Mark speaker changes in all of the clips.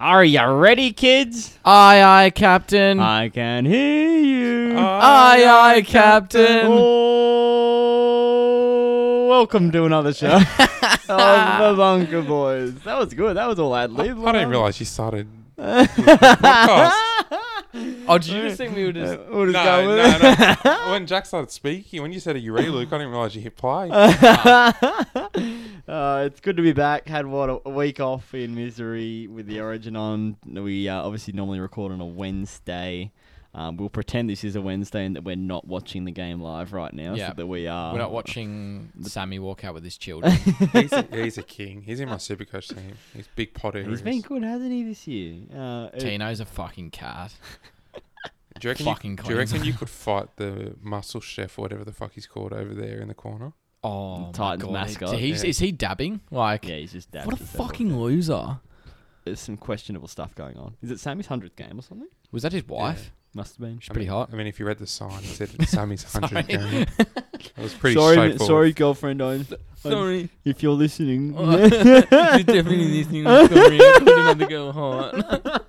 Speaker 1: Are you ready, kids?
Speaker 2: Aye, aye, Captain.
Speaker 1: I can hear you.
Speaker 2: Mm. aye, aye, Captain.
Speaker 1: Oh, welcome to another show of the Bunker Boys. That was good. That was all ad lib.
Speaker 3: I didn't realize you started. podcast. Uh,
Speaker 2: Oh, did you just think we were just?
Speaker 1: We'll just
Speaker 3: No,
Speaker 1: go with
Speaker 3: no,
Speaker 1: it.
Speaker 3: no. when Jack started speaking, when you said, Are you ready, Luke? I didn't realize you hit play.
Speaker 1: uh, it's good to be back. Had what a- a week off in misery with the Origin on. We uh, obviously normally record on a Wednesday. Um, we'll pretend this is a Wednesday and that we're not watching the game live right now.
Speaker 2: Yeah.
Speaker 1: so that we are.
Speaker 2: We're not watching Sammy walk out with his children.
Speaker 3: he's, a, he's a king. He's in my supercoach team. He's big pot areas.
Speaker 1: He's been good, hasn't he, this year? Uh, it-
Speaker 2: Tino's a fucking cat.
Speaker 3: Do you reckon,
Speaker 2: Fucking
Speaker 3: you, do you, reckon
Speaker 2: Queensland.
Speaker 3: you could fight the muscle chef, or whatever the fuck he's called over there in the corner?
Speaker 2: Oh, my
Speaker 1: Titans
Speaker 2: God.
Speaker 1: mascot.
Speaker 2: So he's,
Speaker 3: Yeah.
Speaker 2: Is he dabbing? Like,
Speaker 1: yeah, he's just dabbed
Speaker 2: what a
Speaker 1: himself.
Speaker 2: fucking loser.
Speaker 1: There's some questionable stuff going on. Is it Sammy's hundredth game or something?
Speaker 2: Was that his wife?
Speaker 1: Must have been.
Speaker 2: She's pretty
Speaker 3: mean,
Speaker 2: hot.
Speaker 3: I mean, if you read the sign, it said Sammy's 100
Speaker 2: Sorry.
Speaker 3: game. It was pretty
Speaker 1: sorry, mi-
Speaker 3: straightforward.
Speaker 1: sorry, girlfriend. I'm, I'm,
Speaker 2: Sorry.
Speaker 1: if you're listening,
Speaker 2: definitely listening to Korea. to go hot.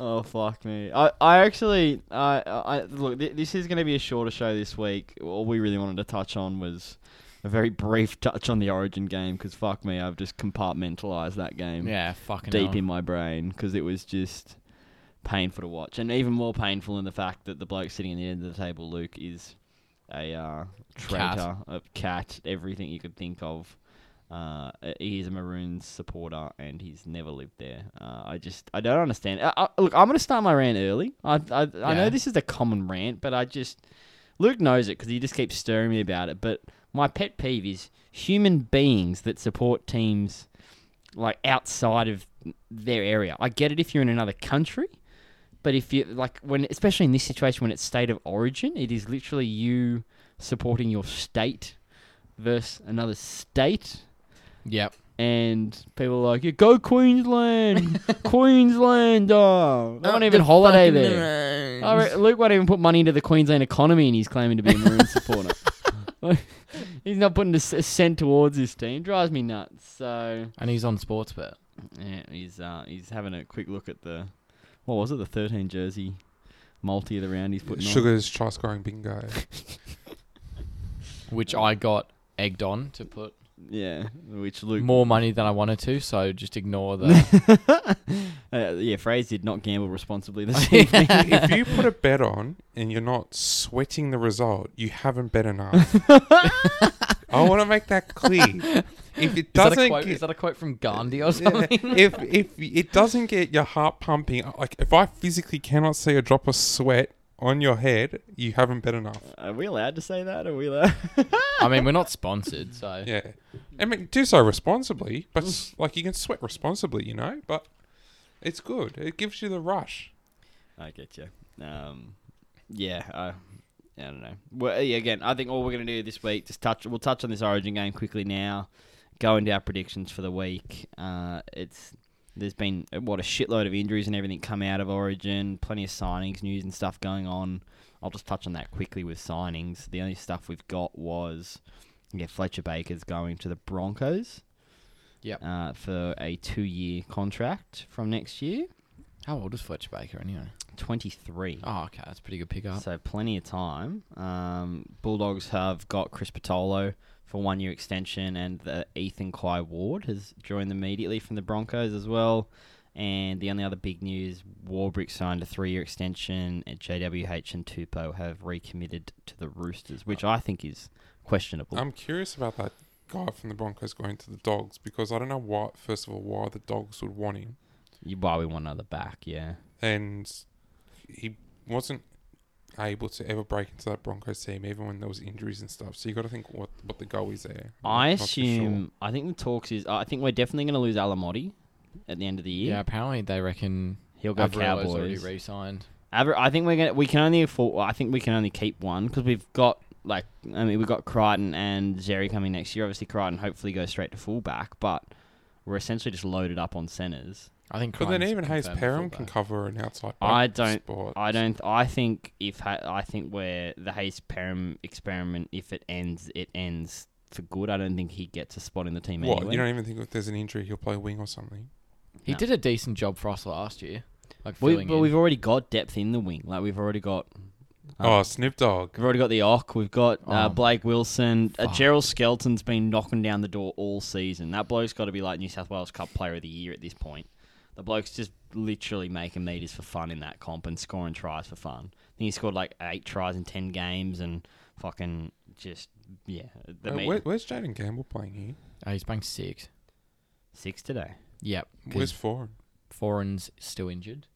Speaker 1: Oh fuck me! I, I actually I I look. Th- this is going to be a shorter show this week. All we really wanted to touch on was a very brief touch on the Origin game because fuck me, I've just compartmentalized that game
Speaker 2: Yeah, fucking
Speaker 1: deep
Speaker 2: hell.
Speaker 1: in my brain because it was just painful to watch, and even more painful in the fact that the bloke sitting in the end of the table, Luke, is a uh,
Speaker 2: Cat.
Speaker 1: traitor, a cat, everything you could think of. Uh, he is a Maroons supporter, and he's never lived there. Uh, I just I don't understand. I, I, look, I'm gonna start my rant early. I I, I know
Speaker 2: Yeah.
Speaker 1: this is a common rant, but I just Luke knows it because he just keeps stirring me about it. But my pet peeve is human beings that support teams like outside of their area. I get it if you're in another country, but if you like when especially in this situation when it's state of origin, it is literally you supporting your state versus another state
Speaker 2: Yep.
Speaker 1: and people are like, yeah, go Queensland, Queensland, oh. They won't
Speaker 2: Up
Speaker 1: even
Speaker 2: the
Speaker 1: holiday
Speaker 2: fucking
Speaker 1: there.
Speaker 2: range.
Speaker 1: I re- Luke won't even put money into the Queensland economy, and he's claiming to be a Maroon supporter. Like, he's not putting a s- a cent towards this team. Drives me nuts. So
Speaker 2: And he's on sports bet.
Speaker 1: yeah, he's uh, he's having a quick look at the what was it, the thirteen jersey multi of the round he's putting on.
Speaker 3: Sugar's try scoring bingo.
Speaker 2: which I got egged on to put
Speaker 1: Yeah, which Luke
Speaker 2: more money than I wanted to. So just ignore the.
Speaker 1: Uh, yeah, Fraser did not gamble responsibly this evening.
Speaker 3: if you put a bet on and you're not sweating the result, you haven't bet enough. I want to make that clear. If
Speaker 2: Is
Speaker 3: it
Speaker 2: that, a
Speaker 3: doesn't
Speaker 2: quote,
Speaker 3: get,
Speaker 2: is that a quote from Gandhi or
Speaker 3: Yeah,
Speaker 2: something?
Speaker 3: if if it doesn't get your heart pumping, uh, like if I physically cannot see a drop of sweat on your head, you haven't bet enough.
Speaker 1: Are we allowed to say that? Are we allowed?
Speaker 2: I mean, we're not sponsored, so
Speaker 3: Yeah, I mean, do so responsibly, but s-
Speaker 2: Mm.
Speaker 3: like you can sweat responsibly, you know. But it's good; it gives you the rush.
Speaker 1: I get you. Um, yeah, I, I don't know. Well, yeah, again, I think all we're going to do this week just touch. We'll touch on this Origin game quickly now. Go into our predictions for the week. Uh, it's there's been uh, what a shitload of injuries and everything come out of Origin. Plenty of signings, news, and stuff going on. I'll just touch on that quickly with signings. The only stuff we've got was yeah, Fletcher Baker's going to the Broncos.
Speaker 2: Yep.
Speaker 1: Uh, for a two-year contract from next year,
Speaker 2: How old is Fletcher Baker anyway?
Speaker 1: twenty-three.
Speaker 2: Oh, okay, that's a pretty good pickup.
Speaker 1: So plenty of time. Um, Bulldogs have got Chris Patolo for one year extension, and the Ethan Kai Ward has joined them immediately from the Broncos as well. And the only other big news: Warbrick signed a three-year extension, and JWH and Tupo have recommitted to the Roosters, which I think is questionable.
Speaker 3: I'm curious about that guy from the Broncos going to the Dogs because I don't know why. First of all, why the Dogs would want him,
Speaker 1: You- Why we want another back? Yeah,
Speaker 3: and he wasn't able to ever break into that Broncos team, even when there was injuries and stuff. So you got to think what what the goal is there.
Speaker 1: I
Speaker 3: Not too sure.
Speaker 1: assume. I think the talks is. I think we're definitely going to lose Alamotti at the end of the year.
Speaker 2: Yeah, apparently they reckon
Speaker 1: He'll go
Speaker 2: Avrilo's
Speaker 1: Cowboys.
Speaker 2: already re-signed.
Speaker 1: Aver- I think we're gonna we can only afford. I think we can only keep one because we've got like I mean we've got Crichton and Zeri coming next year. Obviously Crichton hopefully goes straight to fullback, but we're essentially just loaded up on centers.
Speaker 2: I think.
Speaker 3: But then
Speaker 2: Crichton's
Speaker 3: even Hayes
Speaker 2: confirmed
Speaker 3: Perham can
Speaker 2: fullback.
Speaker 3: cover an outside.
Speaker 1: I
Speaker 3: back
Speaker 1: don't-
Speaker 3: Spot.
Speaker 1: I don't. I think if ha- I think where the Hayes Perham experiment, if it ends, it ends for good. I don't think he gets a spot in the team
Speaker 3: What?
Speaker 1: anyway.
Speaker 3: You don't even think if there's an injury, he'll play wing or something?
Speaker 2: He
Speaker 1: No.
Speaker 2: did a decent job for us last year. Like
Speaker 1: we,
Speaker 2: filling
Speaker 1: but
Speaker 2: in.
Speaker 1: we've already got depth in the wing. Like we've already got.
Speaker 3: Oh,
Speaker 1: um,
Speaker 3: Snoop Dogg.
Speaker 1: We've already got the Ock. We've got uh,
Speaker 2: Oh,
Speaker 1: Blake Wilson. Uh,
Speaker 2: fuck.
Speaker 1: Gerald Skelton's been knocking down the door all season. That bloke's got to be like New South Wales Cup Player of the Year at this point. The bloke's just literally making meters for fun in that comp and scoring tries for fun. I think he scored like eight tries in ten games and fucking just yeah. The
Speaker 3: Uh,
Speaker 1: meter-
Speaker 3: where, where's Jaden Campbell playing here?
Speaker 2: Oh, he's playing six.
Speaker 1: six today.
Speaker 2: Yep. 'cause
Speaker 3: Where's Foreign?
Speaker 2: Foreign's still injured.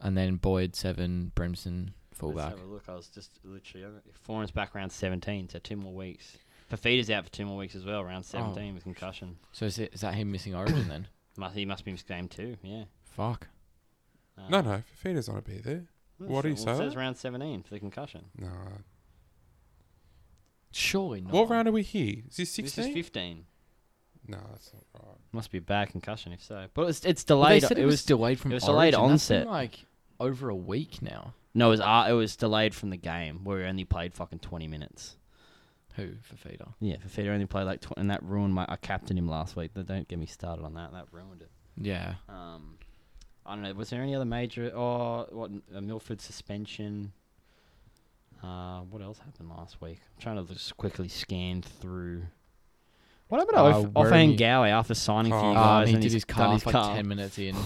Speaker 2: And then Boyd seven, Bremson fullback.
Speaker 1: Let's have a look. I was just literally Foreign's back round seventeen, so two more weeks. Fafita's out for two more weeks as well,
Speaker 2: Oh.
Speaker 1: round seventeen with concussion.
Speaker 2: So is, it, is that him missing Origin then?
Speaker 1: Must he must be missed game two? Yeah.
Speaker 2: Fuck.
Speaker 1: Uh,
Speaker 3: No, no, Fafita's not to be there. What do you
Speaker 1: It
Speaker 3: say?
Speaker 1: says round 17 for the concussion.
Speaker 3: No.
Speaker 2: Surely not.
Speaker 3: What round are we here? Is this
Speaker 1: This is
Speaker 3: 16?
Speaker 1: 15.
Speaker 3: No, that's not right.
Speaker 1: Must be a bad concussion if so. But it's, it's
Speaker 2: But they
Speaker 1: delayed.
Speaker 2: said
Speaker 1: it was
Speaker 2: delayed from
Speaker 1: it was delayed
Speaker 2: Origin. That's been,
Speaker 1: onset.
Speaker 2: like over a week now.
Speaker 1: no, it was uh, it was delayed from the game where he only played fucking 20 minutes.
Speaker 2: Who for Fafita?
Speaker 1: Yeah, Fafita only played like 20, and that ruined my. I captained him last week. Don't get me started on that. That ruined it.
Speaker 2: Yeah.
Speaker 1: Um, I don't know. Was there any other major? Or what? A Milford suspension. Uh, what else happened last week? I'm trying to just quickly scan through. What happened
Speaker 2: Uh,
Speaker 1: to
Speaker 2: where
Speaker 1: Off- Offan
Speaker 2: he-
Speaker 1: Gowie after signing for
Speaker 3: Oh,
Speaker 1: you
Speaker 2: Um,
Speaker 1: guys?
Speaker 2: he
Speaker 1: and
Speaker 2: did
Speaker 1: he's
Speaker 2: his
Speaker 1: done
Speaker 2: calf
Speaker 1: his
Speaker 2: like
Speaker 1: calf?
Speaker 2: ten minutes in.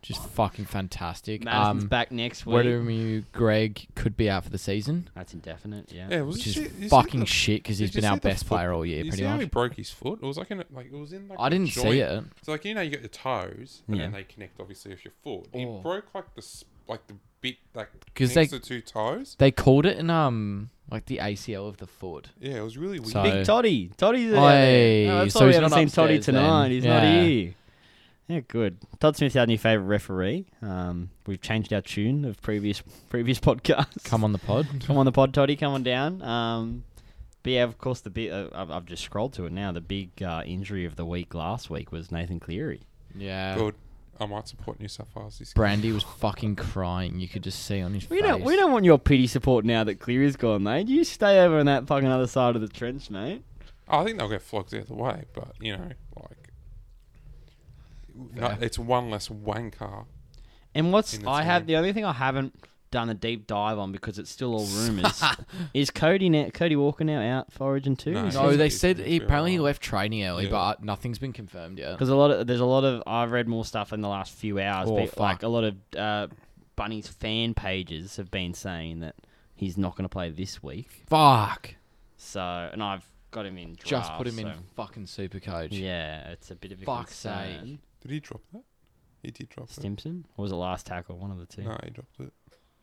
Speaker 2: Just fucking fantastic.
Speaker 1: Madison's
Speaker 2: um,
Speaker 1: back next week.
Speaker 2: Wettermu Greg could be out for the season,
Speaker 1: That's indefinite. Yeah.
Speaker 3: Yeah, was
Speaker 2: which is
Speaker 3: you see- you see
Speaker 2: fucking
Speaker 3: the-
Speaker 2: shit because
Speaker 3: did
Speaker 2: he's
Speaker 3: you
Speaker 2: been
Speaker 3: see
Speaker 2: our
Speaker 3: the
Speaker 2: best
Speaker 3: foot-
Speaker 2: player all year,
Speaker 3: you
Speaker 2: pretty
Speaker 3: see how
Speaker 2: much.
Speaker 3: he broke his foot? It was like in a, like it was in like
Speaker 2: I
Speaker 3: a
Speaker 2: didn't
Speaker 3: joint.
Speaker 2: see it.
Speaker 3: So like you know you got your toes and
Speaker 1: Yeah.
Speaker 3: then they connect obviously with your foot. He
Speaker 2: Oh.
Speaker 3: broke like the s- like the bit that
Speaker 2: 'Cause
Speaker 3: connects
Speaker 2: they-
Speaker 3: the two toes.
Speaker 2: They called it an um like the ACL of the foot.
Speaker 3: Yeah, it was really weird.
Speaker 2: So-
Speaker 1: Big Toddy. Toddy's out
Speaker 2: Oi,
Speaker 1: there. No, that's
Speaker 2: so
Speaker 1: why we
Speaker 2: he's
Speaker 1: haven't
Speaker 2: not
Speaker 1: seen Toddy
Speaker 2: upstairs
Speaker 1: tonight.
Speaker 2: then.
Speaker 1: He's
Speaker 2: Yeah.
Speaker 1: not here. Yeah, good. Todd Smith, our new favourite referee. Um, we've changed our tune of previous previous podcasts.
Speaker 2: Come on the pod.
Speaker 1: come on the pod, Toddy. Come on down. Um, but yeah, of course, the big. Uh, I've, I've just scrolled to it now. The big uh, injury of the week last week was Nathan Cleary.
Speaker 2: Yeah.
Speaker 3: Good. I might support New South Wales this
Speaker 2: Brandy was fucking crying. You could just see on his
Speaker 1: We
Speaker 2: face.
Speaker 1: don't. We don't want your pity support now that Cleary's gone, mate. You stay over on that fucking other side of the trench, mate.
Speaker 3: Oh, I think they'll get flogged the other way, but you know, like, no,
Speaker 2: Fair.
Speaker 3: it's one less wanker.
Speaker 1: And what's
Speaker 3: in the
Speaker 1: I have
Speaker 3: team.
Speaker 1: the only thing I haven't done a deep dive on because it's still all rumors is Cody now, Cody Walker now out for Origin two?
Speaker 3: No.
Speaker 2: No, they
Speaker 3: He's-
Speaker 2: said
Speaker 3: he's
Speaker 2: he
Speaker 3: been
Speaker 2: apparently he
Speaker 3: around.
Speaker 2: left training early,
Speaker 3: Yeah.
Speaker 2: but nothing's been confirmed yet.
Speaker 1: Because a lot of there's a lot of I've read more stuff in the last few hours.
Speaker 2: Oh,
Speaker 1: but,
Speaker 2: fuck.
Speaker 1: like a lot of uh, Bunny's fan pages have been saying that he's not going to play this week.
Speaker 2: Fuck.
Speaker 1: So and I've got him in. Draft,
Speaker 2: Just
Speaker 3: Ah,
Speaker 2: put him in
Speaker 1: so-
Speaker 2: fucking super coach.
Speaker 1: Yeah, it's a bit of a
Speaker 2: Fuck's sake.
Speaker 1: concern.
Speaker 3: Did he drop that? He did drop
Speaker 1: Stimpson or was it last tackle? One of the
Speaker 3: it.
Speaker 1: two.
Speaker 3: No, he dropped it.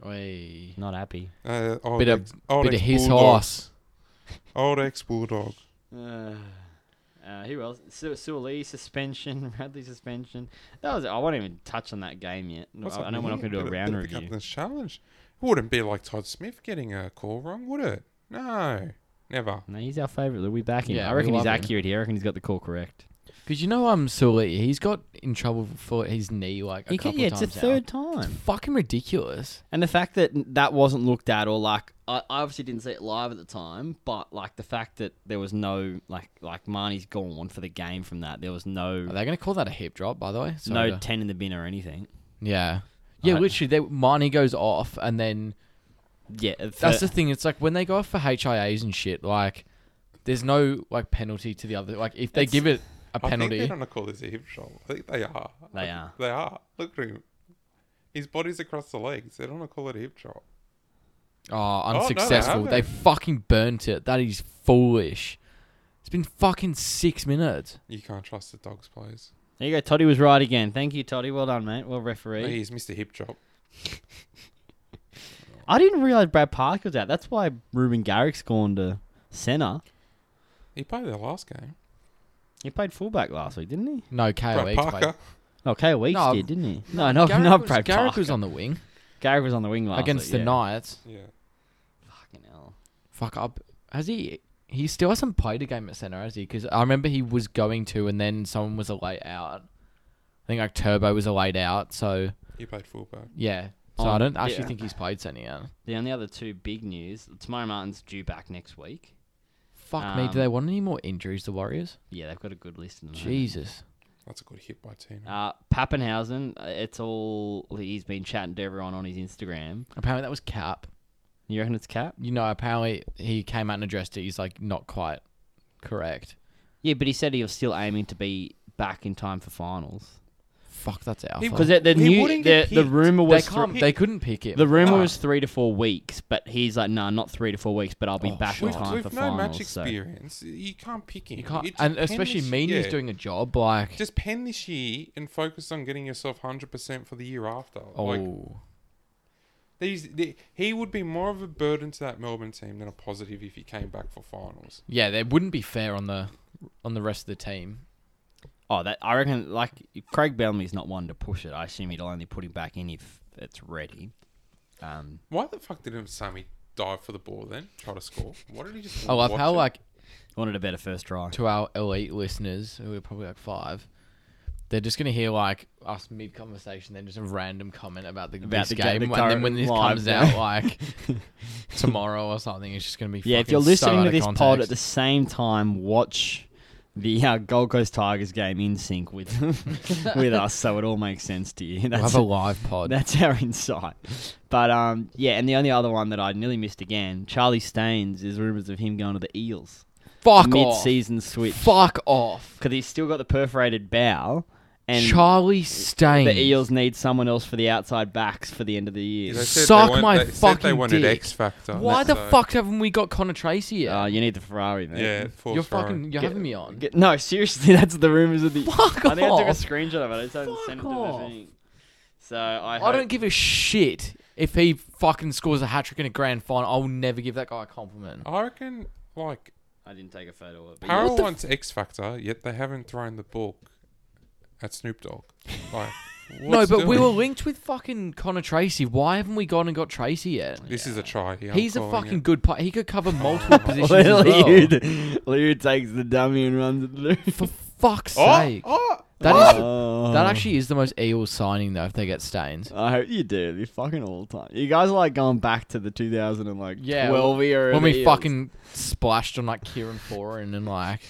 Speaker 2: Oi.
Speaker 1: Not happy.
Speaker 3: Uh, old
Speaker 2: Bit of-
Speaker 3: ex, old
Speaker 2: Bit of
Speaker 3: ex
Speaker 2: his
Speaker 3: bulldog.
Speaker 2: horse.
Speaker 3: Old ex bulldog.
Speaker 1: Uh, uh, who else? Su- Suoli suspension, Radley suspension. That was. I won't even touch on that game yet. No,
Speaker 3: What's
Speaker 1: I, I
Speaker 3: up
Speaker 1: know we're not
Speaker 3: here?
Speaker 1: going to do
Speaker 3: Bit
Speaker 1: a
Speaker 3: of-
Speaker 1: round
Speaker 3: bit of the
Speaker 1: review.
Speaker 3: captain's challenge. It wouldn't be like Todd Smith getting a call wrong, would it? No, never.
Speaker 1: No, he's our favourite. We'll be backing.
Speaker 2: Yeah,
Speaker 1: I
Speaker 2: we
Speaker 1: reckon he's
Speaker 2: love him.
Speaker 1: accurate here. I reckon he's got the call correct.
Speaker 2: Because you know, um, Sully, he's got in trouble for his knee like a couple
Speaker 1: yeah,
Speaker 2: times.
Speaker 1: it's a
Speaker 2: now.
Speaker 1: third
Speaker 2: It's
Speaker 1: time.
Speaker 2: fucking ridiculous.
Speaker 1: And the fact that n- that wasn't looked at, or like, I I obviously didn't see it live at the time, but like the fact that there was no like like Marnie's gone for the game from that. There was
Speaker 2: Are
Speaker 1: no
Speaker 2: they going to call Oh, that a hip drop, by the way? Sorry
Speaker 1: no
Speaker 2: to-
Speaker 1: ten in the bin or anything.
Speaker 2: yeah. Yeah,
Speaker 1: Alright.
Speaker 2: literally, they, Marnie goes off, and then
Speaker 1: Yeah, uh,
Speaker 2: that's the thing. It's like when they go off for HIAs and shit, like, there's no, like, penalty to the other. Like, if they
Speaker 1: It's-
Speaker 2: give it a
Speaker 3: I think
Speaker 2: penalty.
Speaker 3: they're going to call this a hip shot. I think they are.
Speaker 1: They
Speaker 3: I think
Speaker 1: are.
Speaker 3: They are. Look at him. His body's across the legs. They don't want to call it a hip shot.
Speaker 2: Oh,
Speaker 3: no, they
Speaker 2: unsuccessful. they
Speaker 3: haven't.
Speaker 2: fucking burnt it. That is foolish. It's been fucking six minutes.
Speaker 3: You can't trust the dogs plays.
Speaker 1: there you go. Toddy was right again. Thank you, Toddy. Well done, mate. Well referee.
Speaker 3: Hey, he's Mr. Hip Drop.
Speaker 1: I didn't realize Brad Parker was out. That's why Ruben Garrick's gone to centre.
Speaker 3: He played their last game.
Speaker 1: He played fullback last week, didn't he?
Speaker 2: No, KO
Speaker 3: Brad Parker.
Speaker 1: Oh, Kale Weeks
Speaker 2: No,
Speaker 1: did, didn't he? No, no, not Brad
Speaker 2: Garrick
Speaker 1: Parker.
Speaker 2: was on the wing
Speaker 1: Garrick was on the wing last
Speaker 2: against
Speaker 1: week,
Speaker 2: the
Speaker 1: yeah.
Speaker 2: Knights.
Speaker 3: Yeah.
Speaker 1: Fucking hell.
Speaker 2: Fuck up. Has he? He still hasn't played a game at centre, has he? Because I remember he was going to, and then someone was a late out. I think like Turbo was a late out. So
Speaker 3: He played fullback.
Speaker 2: yeah. So
Speaker 1: Oh,
Speaker 2: I don't actually
Speaker 1: yeah.
Speaker 2: think he's played centre yet.
Speaker 1: The only other two big news: Tamara Martin's due back next week.
Speaker 2: Fuck me.
Speaker 1: Um,
Speaker 2: Do they want any more injuries, the Warriors?
Speaker 1: Yeah, they've got a good list. in the moment.
Speaker 2: Jesus.
Speaker 3: That's a good hit by Tina.
Speaker 1: Uh, Pappenhausen, uh, it's all he's been chatting to everyone on his Instagram.
Speaker 2: Apparently that was Cap.
Speaker 1: You reckon it's Cap?
Speaker 2: You know, apparently he came out and addressed it. He's like not quite correct.
Speaker 1: Yeah, but he said he was still aiming to be back in time for finals.
Speaker 2: Fuck, that's alpha.
Speaker 1: Because the, the,
Speaker 3: He
Speaker 1: new-
Speaker 3: wouldn't
Speaker 1: the,
Speaker 3: get
Speaker 1: the
Speaker 3: picked.
Speaker 1: rumor
Speaker 2: they
Speaker 1: was thr-
Speaker 2: can't. They couldn't pick it.
Speaker 1: the rumor
Speaker 3: No.
Speaker 1: was three to four weeks, but he's like, nah, not three to four weeks, but I'll be
Speaker 2: Oh,
Speaker 1: back in
Speaker 3: With,
Speaker 2: sure.
Speaker 1: time for
Speaker 3: with no
Speaker 1: finals.
Speaker 3: match
Speaker 1: so-
Speaker 3: experience, you can't pick him.
Speaker 2: you can't,
Speaker 3: It-
Speaker 2: and
Speaker 3: pen
Speaker 2: especially
Speaker 3: this-
Speaker 2: media's
Speaker 3: yeah.
Speaker 2: doing a job like.
Speaker 3: Just pen this year and focus on getting yourself hundred percent for the year after.
Speaker 2: oh,
Speaker 3: Like these, the he would be more of a burden to that Melbourne team than a positive if he came back for finals.
Speaker 2: yeah. They wouldn't be fair on the on the rest of the team.
Speaker 1: Oh, that I reckon. Like Craig Bellamy's not one to push it. I assume he'll only put him back in if it's ready. Um,
Speaker 3: Why the fuck didn't Sammy dive for the ball then? Try to score. Why did he just?
Speaker 2: I love
Speaker 3: watch
Speaker 2: how
Speaker 3: it?
Speaker 2: Oh, like
Speaker 1: wanted a better first try.
Speaker 2: to our elite listeners, who are probably like five, they're just gonna hear like us mid conversation, then just a random comment about the,
Speaker 1: About
Speaker 2: this
Speaker 1: the ga-
Speaker 2: game,
Speaker 1: the
Speaker 2: and then
Speaker 1: current
Speaker 2: when this
Speaker 1: live
Speaker 2: comes out like tomorrow or something, it's just gonna be
Speaker 1: Yeah, if
Speaker 2: fucking
Speaker 1: you're
Speaker 2: so
Speaker 1: listening
Speaker 2: out
Speaker 1: to
Speaker 2: of
Speaker 1: this pod at
Speaker 2: context.
Speaker 1: the same time, watch the uh, Gold Coast Tigers game in sync with with us, so it all makes sense to you.
Speaker 2: we'll
Speaker 1: That's
Speaker 2: have a live pod.
Speaker 1: that's our insight. But um, yeah, and the only other one that I nearly missed again, Charlie Staines, is rumors of him going to the Eels
Speaker 2: Fuck off.
Speaker 1: mid-season switch
Speaker 2: Fuck off.
Speaker 1: because he's still got the perforated bow. And
Speaker 2: Charlie Stain.
Speaker 1: the Eels need someone else for the outside backs for the end of the
Speaker 3: They
Speaker 1: year.
Speaker 3: said they
Speaker 2: Suck
Speaker 3: want-
Speaker 2: my
Speaker 3: they said They
Speaker 2: fucking
Speaker 3: wanted
Speaker 2: dick.
Speaker 3: X Factor.
Speaker 2: Why the
Speaker 3: so-
Speaker 2: fuck haven't we got Connor Tracy yet?
Speaker 1: Uh, you need the Ferrari, man.
Speaker 3: Yeah, force
Speaker 2: you're
Speaker 3: Ferrari.
Speaker 2: fucking. You're
Speaker 1: Get-
Speaker 2: having me on.
Speaker 1: Get- no, seriously, that's the rumors of the.
Speaker 2: Fuck
Speaker 1: I think I took a
Speaker 2: off.
Speaker 1: screenshot of it. I just haven't
Speaker 2: Fuck
Speaker 1: sent it to the
Speaker 2: off.
Speaker 1: thing. So I.
Speaker 2: I don't give a shit if he fucking scores a hat trick in a grand final. I'll never give that guy a compliment.
Speaker 3: I reckon like
Speaker 1: I didn't take a photo of it. but
Speaker 3: Parrell
Speaker 2: the
Speaker 3: wants X Factor, yet they haven't thrown the book at Snoop Dogg. Like,
Speaker 2: no,
Speaker 3: what's
Speaker 2: but we
Speaker 3: doing?
Speaker 2: were linked with fucking Connor Tracy. Why haven't we gone and got Tracy yet?
Speaker 3: This is a try. here, I'm
Speaker 2: He's a
Speaker 3: calling
Speaker 2: fucking
Speaker 3: it.
Speaker 2: good player. He could cover multiple positions as
Speaker 1: Well,
Speaker 2: well.
Speaker 1: Liu, Liu takes the dummy and runs it through.
Speaker 2: For fuck's
Speaker 3: Oh,
Speaker 2: sake.
Speaker 3: oh,
Speaker 2: That is
Speaker 1: Oh.
Speaker 2: that actually is the most Eels signing though if they get stains.
Speaker 1: I hope you do. You fucking all the time. You guys are like going back to the 2000 and like
Speaker 2: Yeah,
Speaker 1: 12 era.
Speaker 2: When
Speaker 1: of
Speaker 2: we
Speaker 1: Eels.
Speaker 2: fucking splashed on like Kieran Foran and like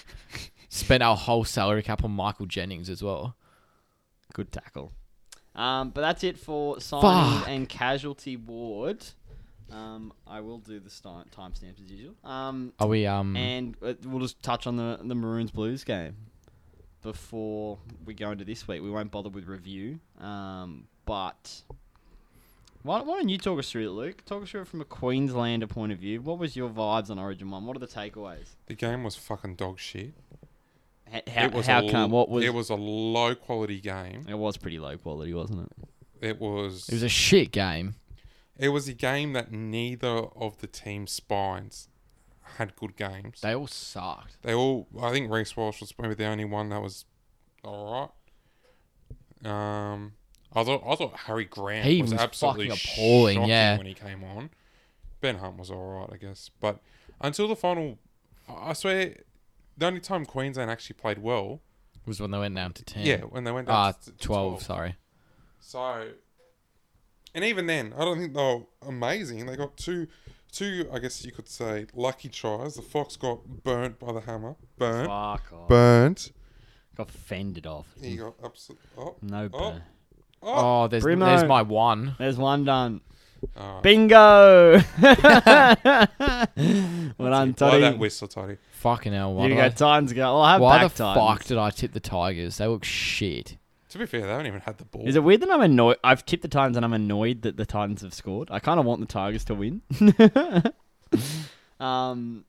Speaker 2: spent our whole salary cap on Michael Jennings as well.
Speaker 1: Good tackle. Um, but that's it for signings
Speaker 2: Fuck.
Speaker 1: and casualty ward. Um, I will do the sti- timestamps as usual. Um,
Speaker 2: Are we
Speaker 3: Mm-hmm.
Speaker 2: um
Speaker 1: and uh, we'll just touch on the the Maroons Blues game before we go into this week. We won't bother with review. Um, but why, why don't you talk us through it, Luke? Talk us through it from a Queenslander point of view. What was your vibes on Origin One? What are the takeaways?
Speaker 3: the game was fucking dog shit.
Speaker 1: H- how
Speaker 3: it was
Speaker 1: how
Speaker 3: a,
Speaker 1: come? What was
Speaker 3: It was a low quality game.
Speaker 1: It was pretty low quality, wasn't it?
Speaker 3: It was.
Speaker 2: it was a shit game.
Speaker 3: It was a game that neither of the team's spines had good games.
Speaker 2: They all sucked.
Speaker 3: They all, I think Reese Walsh was probably the only one that was all right. Um, I thought I thought Harry Grant
Speaker 2: He
Speaker 3: was,
Speaker 2: was
Speaker 3: absolutely
Speaker 2: fucking appalling,
Speaker 3: shocking
Speaker 2: yeah.
Speaker 3: when he came on. Ben Hunt was all right, I guess, but until the final, I I swear, the only time Queensland actually played well,
Speaker 2: Was when they went down to ten.
Speaker 3: yeah, when they went down
Speaker 2: Ah,
Speaker 3: to, to
Speaker 2: 12, sorry.
Speaker 3: so, and even then, I don't think they were amazing. They got two, two, I guess you could say, lucky tries. The Fox got burnt by the hammer. Burnt.
Speaker 1: Fuck off.
Speaker 3: Burnt.
Speaker 1: Got fended off.
Speaker 3: He got absolutely. Oh.
Speaker 1: No
Speaker 3: Oh.
Speaker 1: burn.
Speaker 3: Oh.
Speaker 2: Oh, there's
Speaker 1: Brimo.
Speaker 2: there's my one.
Speaker 1: There's one done.
Speaker 3: Alright.
Speaker 1: Bingo! well
Speaker 3: Blow
Speaker 1: done,
Speaker 3: that
Speaker 1: Toddy.
Speaker 3: whistle, Toddy.
Speaker 2: Fucking hell. Why,
Speaker 1: You
Speaker 2: did
Speaker 1: go
Speaker 2: I-
Speaker 1: Titans go. Well, I have
Speaker 2: why
Speaker 1: back
Speaker 2: the
Speaker 1: Titans.
Speaker 2: fuck did I tip the Tigers? They look shit.
Speaker 3: To be fair, they haven't even had the ball.
Speaker 1: Is it weird that I'm annoyed? I've tipped the Titans and I'm annoyed that the Titans have scored. I kind of want the Tigers to win. um,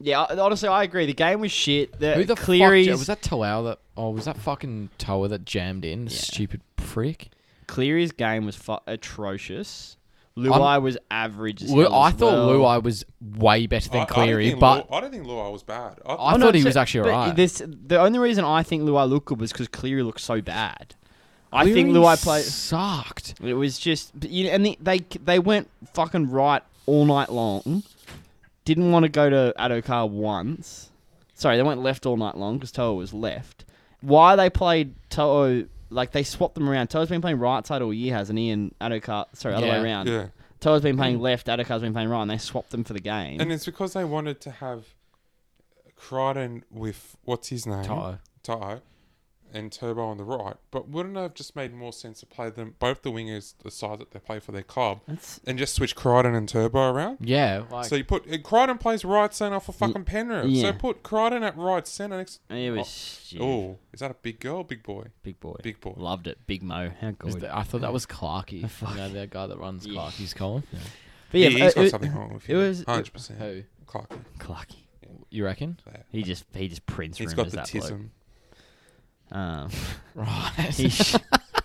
Speaker 1: yeah, I- honestly, I agree. The game was shit. The
Speaker 2: Who the
Speaker 1: Uh, Cleary's,
Speaker 2: fuck? Was that Toa that? Oh, was that fucking Toa that jammed in?
Speaker 1: Yeah.
Speaker 2: Stupid prick.
Speaker 1: Cleary's game was fu- atrocious. Luai was average. As
Speaker 2: Lu-
Speaker 1: hell
Speaker 2: I
Speaker 1: as
Speaker 2: thought
Speaker 1: well.
Speaker 2: Luai was way better
Speaker 3: I- I
Speaker 2: than
Speaker 3: don't
Speaker 2: Cleary,
Speaker 3: think
Speaker 2: but
Speaker 3: Lu- I don't think Luai was bad. I,
Speaker 2: I
Speaker 1: Oh, no,
Speaker 2: thought he
Speaker 1: so-
Speaker 2: was actually
Speaker 1: but
Speaker 2: alright.
Speaker 1: This the only reason I think Luai looked good was because Cleary looked so bad. I
Speaker 2: Cleary
Speaker 1: think Luai played.
Speaker 2: sucked.
Speaker 1: It was just, but, you know, and the, they they went fucking right all night long. Didn't want to go to Adokar once. Sorry, they went left all night long because Toa was left. Why they played Toa? Like they swapped them around. Toa's been playing right side all year, hasn't he? And Adokar, sorry, other
Speaker 2: Yeah.
Speaker 1: way around.
Speaker 3: yeah.
Speaker 1: Toa's been playing left. Adokar's been playing right, and they swapped them for the game.
Speaker 3: And it's because they wanted to have Crichton with what's his name?
Speaker 2: Toto.
Speaker 3: Toto and Turbo on the right. But wouldn't it have just made more sense to play them both the wingers the size that they play for their club
Speaker 1: That's
Speaker 3: and just switch Crichton and Turbo around?
Speaker 2: Yeah, like
Speaker 3: So you put and Crichton plays right centre for fucking Penrith.
Speaker 1: yeah.
Speaker 3: So put Crichton at right centre next.
Speaker 1: it
Speaker 3: Oh,
Speaker 1: was oh,
Speaker 3: Oh, is that a big girl, big boy?
Speaker 1: big boy.
Speaker 3: Big boy.
Speaker 1: Loved it. Big Mo. How
Speaker 2: is
Speaker 1: good.
Speaker 2: that- I thought that was Clarky.
Speaker 1: Fuck.
Speaker 2: You know, that guy that runs
Speaker 1: Yeah.
Speaker 2: Clarky's column.
Speaker 1: But yeah,
Speaker 3: he, has
Speaker 1: uh,
Speaker 3: got
Speaker 1: it-
Speaker 3: something wrong with
Speaker 1: it
Speaker 3: him.
Speaker 1: was- it-
Speaker 3: hundred percent.
Speaker 2: Who?
Speaker 3: Clark.
Speaker 1: Clarky.
Speaker 2: You reckon?
Speaker 1: He just he just prints
Speaker 3: He's got
Speaker 1: rumours
Speaker 3: the
Speaker 1: that bloke.
Speaker 3: tism.
Speaker 1: Um, he
Speaker 2: Right.
Speaker 1: sh-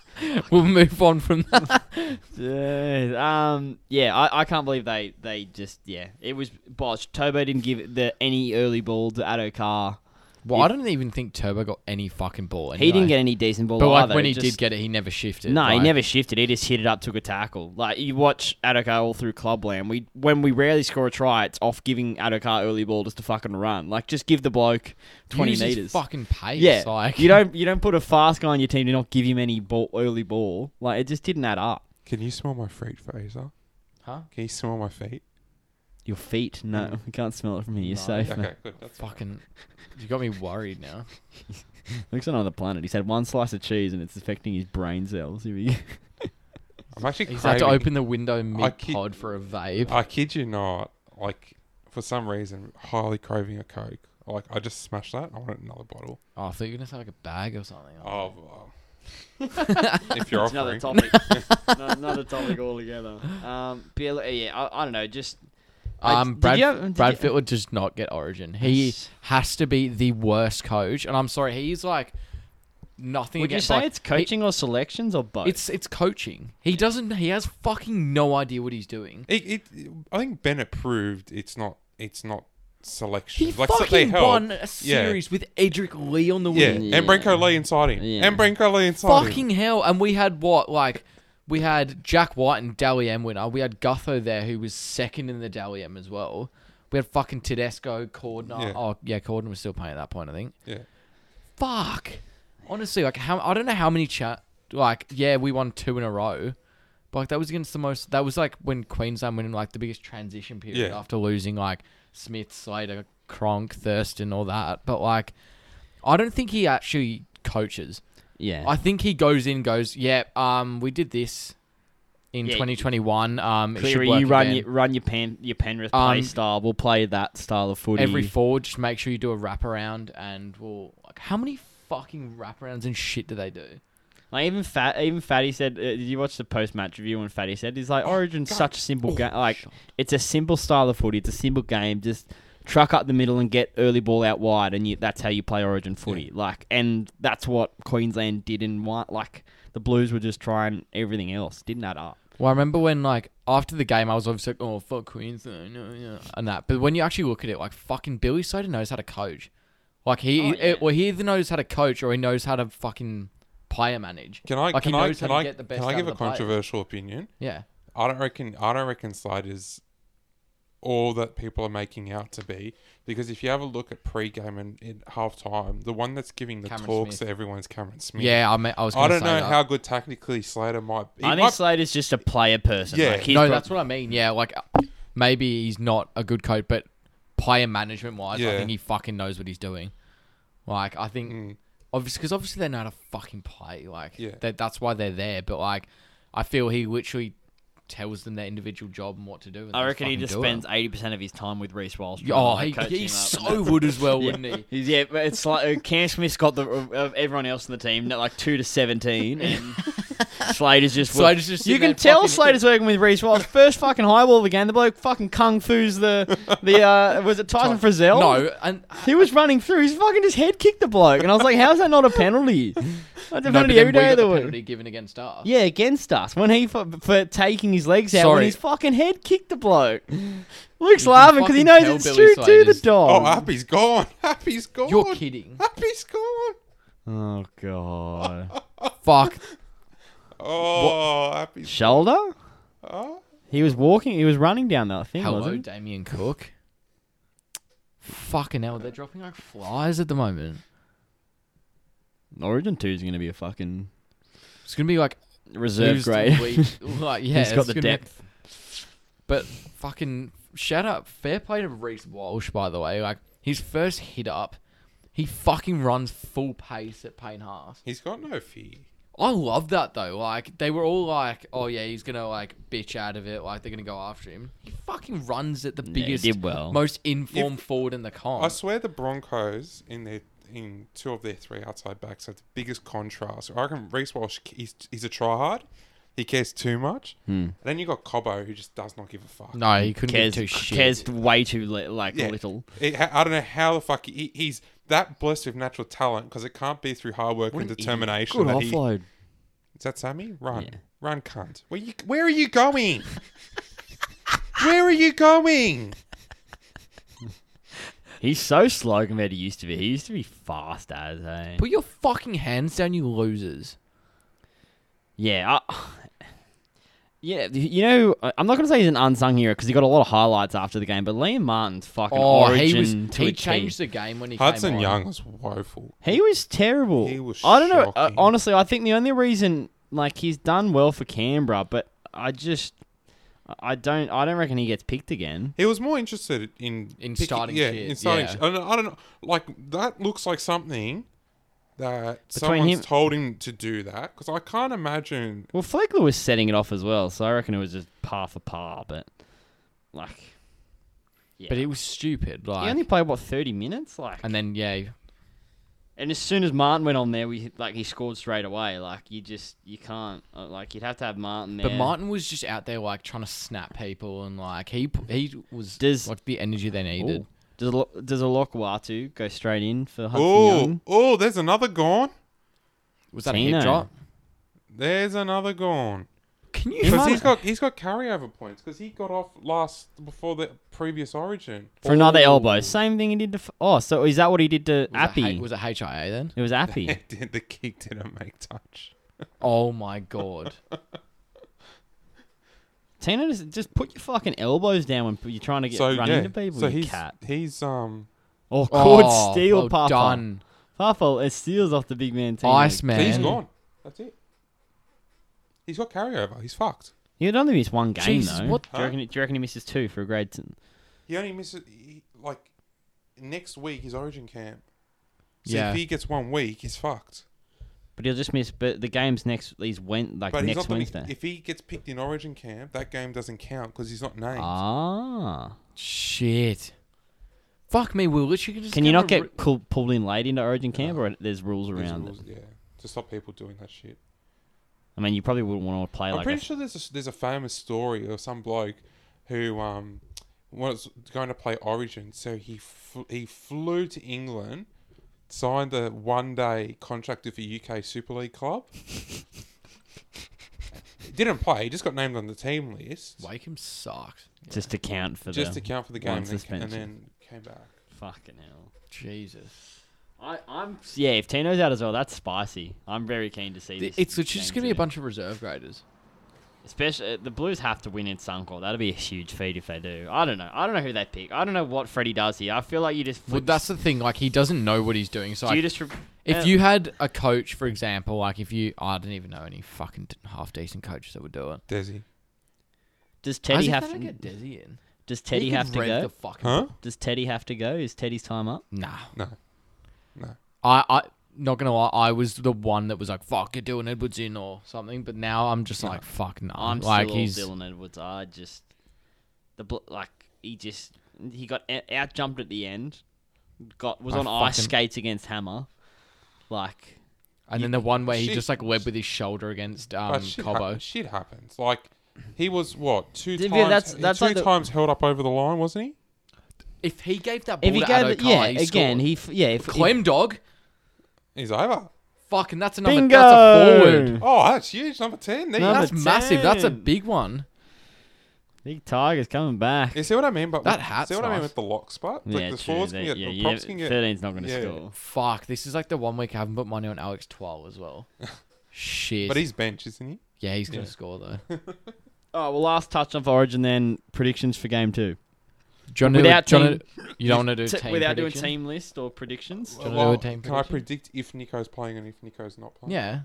Speaker 2: we'll move on from that.
Speaker 1: Dude, um, yeah, I, I can't believe they, they just yeah it was botched. Tobo didn't give the any early ball to Addo Carr.
Speaker 2: Well, I don't even think Turbo got any fucking ball.
Speaker 1: He didn't
Speaker 2: anyway.
Speaker 1: get any decent ball
Speaker 2: But like
Speaker 1: either.
Speaker 2: when he
Speaker 1: Just-
Speaker 2: did get it, he never shifted.
Speaker 1: No, he
Speaker 2: like-
Speaker 1: never shifted. He just hit it up, took a tackle. Like you watch Adokar all through clubland. We when we rarely score a try, it's off giving Adokar early ball just to fucking run. Like just give the bloke twenty
Speaker 2: Use his
Speaker 1: meters.
Speaker 2: fucking pace.
Speaker 1: yeah,
Speaker 2: like
Speaker 1: you don't you don't put a fast guy on your team to not give him any ball early ball. Like it just didn't add up.
Speaker 3: Can you smell my feet, Fraser?
Speaker 2: Huh?
Speaker 3: Can you smell my feet?
Speaker 1: Your feet, no, you can't smell it from here. You're
Speaker 2: Mm. No.
Speaker 1: safe. man.
Speaker 3: Okay, good. That's
Speaker 2: Fucking. You got me worried now.
Speaker 1: Looks on another planet. He's had one slice of cheese and it's affecting his brain cells. Here we go.
Speaker 3: I'm actually
Speaker 2: He's
Speaker 3: craving.
Speaker 2: had to open the window
Speaker 3: I
Speaker 2: mid
Speaker 3: kid-
Speaker 2: pod for a vape.
Speaker 3: I kid you not. Like for some reason, highly craving a coke. Like I just smashed that. I want another bottle.
Speaker 2: oh, I thought you were gonna say like a bag or something.
Speaker 3: Oh, well. if you're
Speaker 1: It's another
Speaker 3: offering,
Speaker 1: topic. No, another topic altogether. Um, but yeah, look, yeah, I, I don't know. Just I-
Speaker 2: Um,
Speaker 1: did
Speaker 2: Brad,
Speaker 1: you have- did
Speaker 2: Brad
Speaker 1: you-
Speaker 2: Fittler does not get Origin. He
Speaker 1: Yes.
Speaker 2: has to be the worst coach, and I'm sorry, he's like nothing.
Speaker 1: Would you
Speaker 2: against,
Speaker 1: say
Speaker 2: like,
Speaker 1: it's coaching or selections or both?
Speaker 2: he- it's it's coaching. He doesn't. He has fucking no idea what he's doing.
Speaker 3: it, it, I think Bennett proved it's not. It's not selection.
Speaker 2: He
Speaker 3: like so they
Speaker 2: fucking
Speaker 3: help.
Speaker 2: won a series with Edric Lee on the
Speaker 3: Yeah,
Speaker 2: wing.
Speaker 1: Yeah.
Speaker 3: and Branko Lee inside him.
Speaker 1: Yeah.
Speaker 3: And Branko Lee inside him.
Speaker 2: Fucking hell! And we had what like. We had Jack White and Dally M winner. We had Gutho there, who was second in the Dally M as well. We had fucking Tedesco, Cordner.
Speaker 3: Yeah.
Speaker 2: Oh yeah, Cordner was still playing at that point, I think.
Speaker 3: Yeah.
Speaker 2: fuck. Honestly, like how I don't know how many chat like yeah we won two in a row, but like that was against the most. That was like when Queensland went in like the biggest transition period
Speaker 3: Yeah.
Speaker 2: after losing like Smith, Slater, Cronk, Thurston, all that. But like, I don't think he actually coaches.
Speaker 1: yeah.
Speaker 2: I think he goes in, goes yeah, um, we did this in
Speaker 1: Yeah, you-
Speaker 2: 2021. Um, it should
Speaker 1: Cleary,
Speaker 2: work
Speaker 1: you run
Speaker 2: again."
Speaker 1: your, run your pen your Penrith
Speaker 2: Um,
Speaker 1: play style. We'll play that style of footy.
Speaker 2: every forward. Just make sure you do a wraparound, and we'll like how many fucking wraparounds and shit do they do?
Speaker 1: like even fat even Fatty said. Uh, did you watch the post match review? When Fatty said, "He's like Origin's such a simple game. Like it's a simple style of footy. It's a simple game. Just truck up the middle and get early ball out wide, and you, that's how you play Origin footy. Like, and that's what Queensland did in one. Like the Blues were just trying everything else. Didn't add up.
Speaker 2: Well, I remember when like after the game, I was obviously like, "Oh fuck Queensland," no, yeah, and that. But when you actually look at it, like fucking Billy Slater knows how to coach. Like he,
Speaker 1: Oh, yeah.
Speaker 2: it, well, he either knows how to coach or he knows how to fucking player manage.
Speaker 3: Can I?
Speaker 2: Like, he
Speaker 3: can I?
Speaker 2: knows how
Speaker 3: Can
Speaker 2: to
Speaker 3: I?
Speaker 2: get the
Speaker 3: Can
Speaker 2: best
Speaker 3: I
Speaker 2: out
Speaker 3: give
Speaker 2: of
Speaker 3: a
Speaker 2: the players.
Speaker 3: controversial opinion?
Speaker 2: Yeah,
Speaker 3: I don't reckon. I don't reckon Sliders all that people are making out to be. Because if you have a look at pre-game and in halftime, the one that's giving the
Speaker 2: Cameron
Speaker 3: talks
Speaker 2: Smith.
Speaker 3: to everyone's Cameron Smith.
Speaker 2: yeah. I, mean, I was.
Speaker 3: I
Speaker 2: Gonna
Speaker 3: don't
Speaker 2: say
Speaker 3: know
Speaker 2: that.
Speaker 3: how good tactically Slater might. He
Speaker 1: I
Speaker 3: might
Speaker 1: think Slater's just a player person.
Speaker 3: Yeah.
Speaker 1: Like, he's
Speaker 2: No,
Speaker 1: prob-
Speaker 2: that's what I mean. Yeah, like uh, maybe he's not a good coach, but player management wise, I
Speaker 3: Yeah.
Speaker 2: think he fucking knows what he's doing. Like I think
Speaker 3: Mm.
Speaker 2: obviously because obviously they know how to fucking play. Like
Speaker 3: Yeah.
Speaker 2: that, that's why they're there. But like, I feel he literally tells them their individual job and what to do. And
Speaker 1: I
Speaker 2: they
Speaker 1: reckon he
Speaker 2: fucking
Speaker 1: just
Speaker 2: do it.
Speaker 1: spends eighty percent of his time with Reese Walsh.
Speaker 2: Oh, he, he's so good as well, wouldn't he?
Speaker 1: He's, yeah, but it's like uh, Cam Smith's got the uh, of of everyone else in the team at like two to seventeen, and Slater's just. wor-
Speaker 2: Slater's just
Speaker 1: you
Speaker 2: sitting
Speaker 1: can
Speaker 2: there
Speaker 1: tell
Speaker 2: fucking-
Speaker 1: Slater's working with Reese Walsh. First fucking highball of the game, the bloke fucking kung fu's the the uh, was it Tyson Frizzell?
Speaker 2: No, and
Speaker 1: He was running through. He's fucking just head kicked the bloke, and I was like, "How's that not a penalty? That's
Speaker 2: no,
Speaker 1: a
Speaker 2: but
Speaker 1: penalty
Speaker 2: then
Speaker 1: every
Speaker 2: we
Speaker 1: day
Speaker 2: got
Speaker 1: of
Speaker 2: the
Speaker 1: the week."
Speaker 2: penalty given against us.
Speaker 1: Yeah, against us when he for, for taking his legs out when
Speaker 2: Sorry.
Speaker 1: his fucking head kicked the bloke. Luke's
Speaker 2: You can
Speaker 1: laughing because he
Speaker 2: fucking
Speaker 1: knows
Speaker 2: tell
Speaker 1: it's
Speaker 2: Billy
Speaker 1: true to the
Speaker 2: Slater's-
Speaker 1: dog.
Speaker 3: Oh, Appy's gone. Appy's gone.
Speaker 2: You're kidding.
Speaker 3: Appy's gone.
Speaker 1: Oh god,
Speaker 2: Fuck.
Speaker 3: Oh, Appy's.
Speaker 1: shoulder.
Speaker 3: Oh.
Speaker 1: He was walking. He was running down that thing,
Speaker 2: Hello,
Speaker 1: wasn't?
Speaker 2: Damien Cook. Fucking hell, they're dropping like flies at the moment.
Speaker 1: he? Origin two is going to be a fucking
Speaker 2: It's gonna be like
Speaker 1: reserve
Speaker 2: who's
Speaker 1: grade.
Speaker 2: lead- like, yeah,
Speaker 1: He's got
Speaker 2: it's
Speaker 1: the
Speaker 2: gonna be-
Speaker 1: depth.
Speaker 2: but fucking shout out, fair play to Reese Walsh, by the way. Like His first hit up, he fucking runs full pace at Payne Haas.
Speaker 3: He's got no fear.
Speaker 2: I love that though. Like they were all like, "Oh yeah, he's gonna like bitch out of it. Like they're gonna go after him." He fucking runs at the
Speaker 1: he
Speaker 2: biggest,
Speaker 1: did well.
Speaker 2: most informed forward in the comp.
Speaker 3: I swear the Broncos in their in two of their three outside backs have the biggest contrast. I reckon Reese Walsh he's he's a tryhard. He cares too much. And then you got Cobbo who just does not give a fuck.
Speaker 2: no, he couldn't
Speaker 1: Cares,
Speaker 2: get too shit.
Speaker 1: cares way too li- like
Speaker 3: Yeah.
Speaker 1: little.
Speaker 3: It, I don't know how the fuck he, he's that blessed with natural talent because it can't be through hard work and determination. that he- is that Sammy? Run,
Speaker 1: Yeah.
Speaker 3: run, cunt. Where you? Where are you going? where are you going?
Speaker 1: He's so slow compared to used to be. He used to be fast as eh?
Speaker 2: Put your fucking hands down, you losers.
Speaker 1: Yeah. I, yeah, you know, I- I'm not going to say he's an unsung hero because he got a lot of highlights after the game, but Liam Martin's fucking
Speaker 2: Oh,
Speaker 1: origin
Speaker 2: he was.
Speaker 1: to a
Speaker 2: He
Speaker 1: T.
Speaker 2: changed the game when he
Speaker 3: Hudson
Speaker 2: came on.
Speaker 3: Young was woeful.
Speaker 1: He was terrible.
Speaker 3: He was
Speaker 1: I don't know. Uh,
Speaker 3: shocking.
Speaker 1: honestly, I think the only reason like he's done well for Canberra, but I just I don't I don't reckon he gets picked again.
Speaker 3: He was more interested in
Speaker 2: In starting
Speaker 3: yeah,
Speaker 2: shit,
Speaker 3: in starting
Speaker 2: yeah.
Speaker 3: shit. I don't, I don't know, like that looks like something that
Speaker 1: Between
Speaker 3: someone's
Speaker 1: him-
Speaker 3: told him to do that because I can't imagine.
Speaker 1: Well, Flagler was setting it off as well, so I reckon it was just par for par. But like, yeah,
Speaker 2: But it was stupid. Like,
Speaker 1: he only played what 30 minutes, like,
Speaker 2: and then yeah,
Speaker 1: and as soon as Martin went on there, we like he scored straight away. Like you just you can't uh, like you'd have to have Martin there.
Speaker 2: but Martin was just out there like trying to snap people and like he p- he was
Speaker 1: Does-
Speaker 2: like the energy they needed.
Speaker 1: Ooh. does Lo- does a Watu go straight in for Hudson
Speaker 3: Oh,
Speaker 1: Young?
Speaker 3: oh, there's another gone.
Speaker 2: Was that a
Speaker 1: Tino.
Speaker 2: hip drop?
Speaker 3: There's another gone.
Speaker 2: Can you?
Speaker 3: Because
Speaker 1: might-
Speaker 3: he's got he's got carryover points because he got off last before the previous Origin.
Speaker 1: for another
Speaker 2: Ooh.
Speaker 1: elbow. Same thing he did to. F- oh, so is that what he did to
Speaker 2: Was it
Speaker 1: Appy?
Speaker 2: H- was it HIA then?
Speaker 1: it was Appy.
Speaker 3: Did the kick didn't make touch.
Speaker 2: Oh my god.
Speaker 1: Tina, just, just put your fucking elbows down when p- you're trying to get
Speaker 3: so
Speaker 1: run
Speaker 3: yeah,
Speaker 1: into people.
Speaker 3: so
Speaker 1: you
Speaker 3: he's
Speaker 1: cat.
Speaker 3: he's um
Speaker 1: Oh, good
Speaker 2: Oh,
Speaker 1: steal,
Speaker 2: well
Speaker 1: Papa.
Speaker 2: done.
Speaker 1: Papa, it steals off the big man. Tina.
Speaker 2: Ice
Speaker 3: so he's
Speaker 2: man.
Speaker 3: gone. That's it. He's got carryover. He's fucked.
Speaker 1: He'd only miss one game
Speaker 2: Jesus,
Speaker 1: though.
Speaker 2: what-
Speaker 1: do, you reckon, do you reckon he misses two for a grade? T-
Speaker 3: He only misses he, like next week his Origin camp. So
Speaker 2: Yeah.
Speaker 3: if he gets one week, he's fucked.
Speaker 1: but he'll just miss. But the game's next. He's went like
Speaker 3: But he's
Speaker 1: next
Speaker 3: not.
Speaker 1: Wednesday.
Speaker 3: Gonna, if he gets picked in Origin camp, that game doesn't count because he's not named.
Speaker 1: ah,
Speaker 2: Shit. Fuck me, we Will. Literally just
Speaker 1: can you
Speaker 2: gonna
Speaker 1: not
Speaker 2: re-
Speaker 1: get call, pulled in late into Origin camp, or there's rules
Speaker 3: There's
Speaker 1: around
Speaker 3: rules,
Speaker 1: it?
Speaker 3: yeah, to stop people doing that shit.
Speaker 1: I mean, you probably wouldn't want to play
Speaker 3: I'm
Speaker 1: like.
Speaker 3: pretty
Speaker 1: a,
Speaker 3: sure there's a, there's a famous story of some bloke who um was going to play Origin, so he fl- he flew to England, signed a one day contract with a UK Super League club. Didn't play. He just got named on the team list,
Speaker 2: Wakeham sucks.
Speaker 1: just to count for
Speaker 3: just
Speaker 1: the
Speaker 3: to count for the game,
Speaker 1: one
Speaker 3: and then, ca- and
Speaker 1: suspension.
Speaker 3: then came back.
Speaker 1: fucking hell.
Speaker 2: Jesus.
Speaker 1: I, I'm yeah. If Tino's out as well, that's spicy. I'm very keen to see this.
Speaker 2: It's literally just
Speaker 1: game
Speaker 2: gonna be a
Speaker 1: too.
Speaker 2: bunch of reserve graders.
Speaker 1: Especially uh, the Blues have to win in Suncorp. That'll be a huge feat if they do. I don't know. I don't know who they pick. I don't know what Freddie does here. I feel like you just
Speaker 2: Well,
Speaker 1: flip-
Speaker 2: that's the thing. Like he doesn't know what he's doing. So
Speaker 1: do you
Speaker 2: like,
Speaker 1: just re- uh,
Speaker 2: if you had a coach, for example, like if you, I don't even know any fucking d- half decent coaches that would do it.
Speaker 3: Desi,
Speaker 1: does
Speaker 2: How's
Speaker 1: Teddy have
Speaker 2: he gonna
Speaker 1: to
Speaker 2: get Desi in?
Speaker 1: does Teddy
Speaker 2: He could
Speaker 1: have to
Speaker 2: rent
Speaker 1: go?
Speaker 2: The fucking
Speaker 3: huh?
Speaker 1: does Teddy have to go? Is Teddy's time up?
Speaker 2: Nah.
Speaker 3: No, no.
Speaker 2: I, I not gonna lie, I was the one that was like, "Fuck, you're doing Edwards in or something," but now I'm just like, "Fuck no!"
Speaker 1: I'm
Speaker 2: like
Speaker 1: still
Speaker 2: he's
Speaker 1: Dylan Edwards. I just the bl- like he just he got out jumped at the end. Got was
Speaker 2: I
Speaker 1: on ice
Speaker 2: fucking-
Speaker 1: skates against Hammer. Like
Speaker 2: and then the one where he
Speaker 3: Shit.
Speaker 2: just like led with his shoulder against um
Speaker 3: But shit,
Speaker 2: Cobo.
Speaker 3: hap- shit happens. Like he was what two
Speaker 1: Yeah,
Speaker 3: times?
Speaker 1: that's- that's
Speaker 3: two
Speaker 1: like the-
Speaker 3: times held up over the line, wasn't he?
Speaker 2: If he gave that ball
Speaker 1: if he
Speaker 2: to
Speaker 1: gave
Speaker 2: Addo
Speaker 1: it, yeah,
Speaker 2: Carr, he
Speaker 1: again
Speaker 2: scored.
Speaker 1: he f- yeah if, if-
Speaker 2: Clem dog,
Speaker 3: He's over.
Speaker 2: fucking that's another
Speaker 1: bingo.
Speaker 2: that's a forward.
Speaker 3: Oh, that's huge. Number 10. There you
Speaker 1: Number
Speaker 2: That's massive. That's a
Speaker 1: 10.
Speaker 2: big one.
Speaker 1: Big Tiger's coming back.
Speaker 3: You see what I mean? But
Speaker 2: That
Speaker 3: with-
Speaker 2: hat's
Speaker 3: See what I mean
Speaker 2: nice.
Speaker 3: with the lock spot? Like the forwards can get, the props can get.
Speaker 1: 13's not going to
Speaker 3: yeah.
Speaker 1: score.
Speaker 2: Fuck, this is like the one week I haven't put money on Alex Twal as well. Shit.
Speaker 3: But he's bench, isn't he?
Speaker 2: yeah, he's gonna
Speaker 3: yeah.
Speaker 2: score though.
Speaker 1: Oh, well, last touch on for Origin then. Predictions for game two.
Speaker 2: John,
Speaker 1: Without
Speaker 2: without John,
Speaker 1: team-
Speaker 2: you don't want to do team
Speaker 1: without
Speaker 2: prediction?
Speaker 1: doing team list or predictions?
Speaker 2: you wanna do a team
Speaker 3: can I
Speaker 2: prediction?
Speaker 3: predict if Nico's playing and if Nico's not playing?
Speaker 2: Yeah.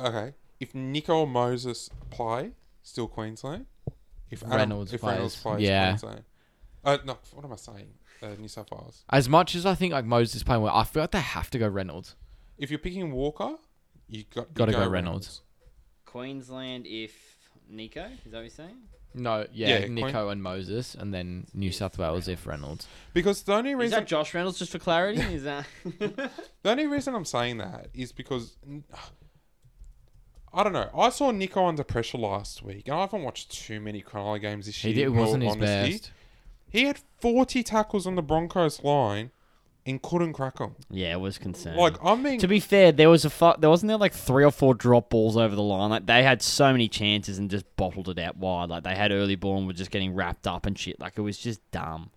Speaker 3: Okay. If Nico or Moses play, still Queensland. If Adam-
Speaker 2: Reynolds
Speaker 3: if Reynolds
Speaker 2: plays,
Speaker 3: plays,
Speaker 2: yeah.
Speaker 3: Queensland. Uh, no, what am I saying? Uh, New South Wales.
Speaker 2: As much as I think like Moses is playing well, I feel like they have to go Reynolds.
Speaker 3: If you're picking Walker, you got you
Speaker 2: Gotta go Reynolds.
Speaker 1: Queensland if Nico, is that what you're saying?
Speaker 2: No, yeah,
Speaker 3: Yeah,
Speaker 2: Nico and Moses, and then New South Wales if Reynolds.
Speaker 3: Because the only
Speaker 1: Is
Speaker 3: reason
Speaker 1: that Josh Reynolds just for clarity? Is that
Speaker 3: The only reason I'm saying that is because I don't know. I saw Nico under pressure last week, and I haven't watched too many Cronulla games this
Speaker 2: He
Speaker 3: year.
Speaker 2: did, it
Speaker 3: in all
Speaker 2: wasn't his
Speaker 3: honesty.
Speaker 2: best.
Speaker 3: He had 40 tackles on the Broncos line and couldn't crack them.
Speaker 1: Yeah, it was concerning.
Speaker 3: Like I mean,
Speaker 1: to be fair, there was a fu- there wasn't there like three or four drop balls over the line. Like they had so many chances and just bottled it out wide. Like they had early ball and were just getting wrapped up and shit. Like it was just dumb.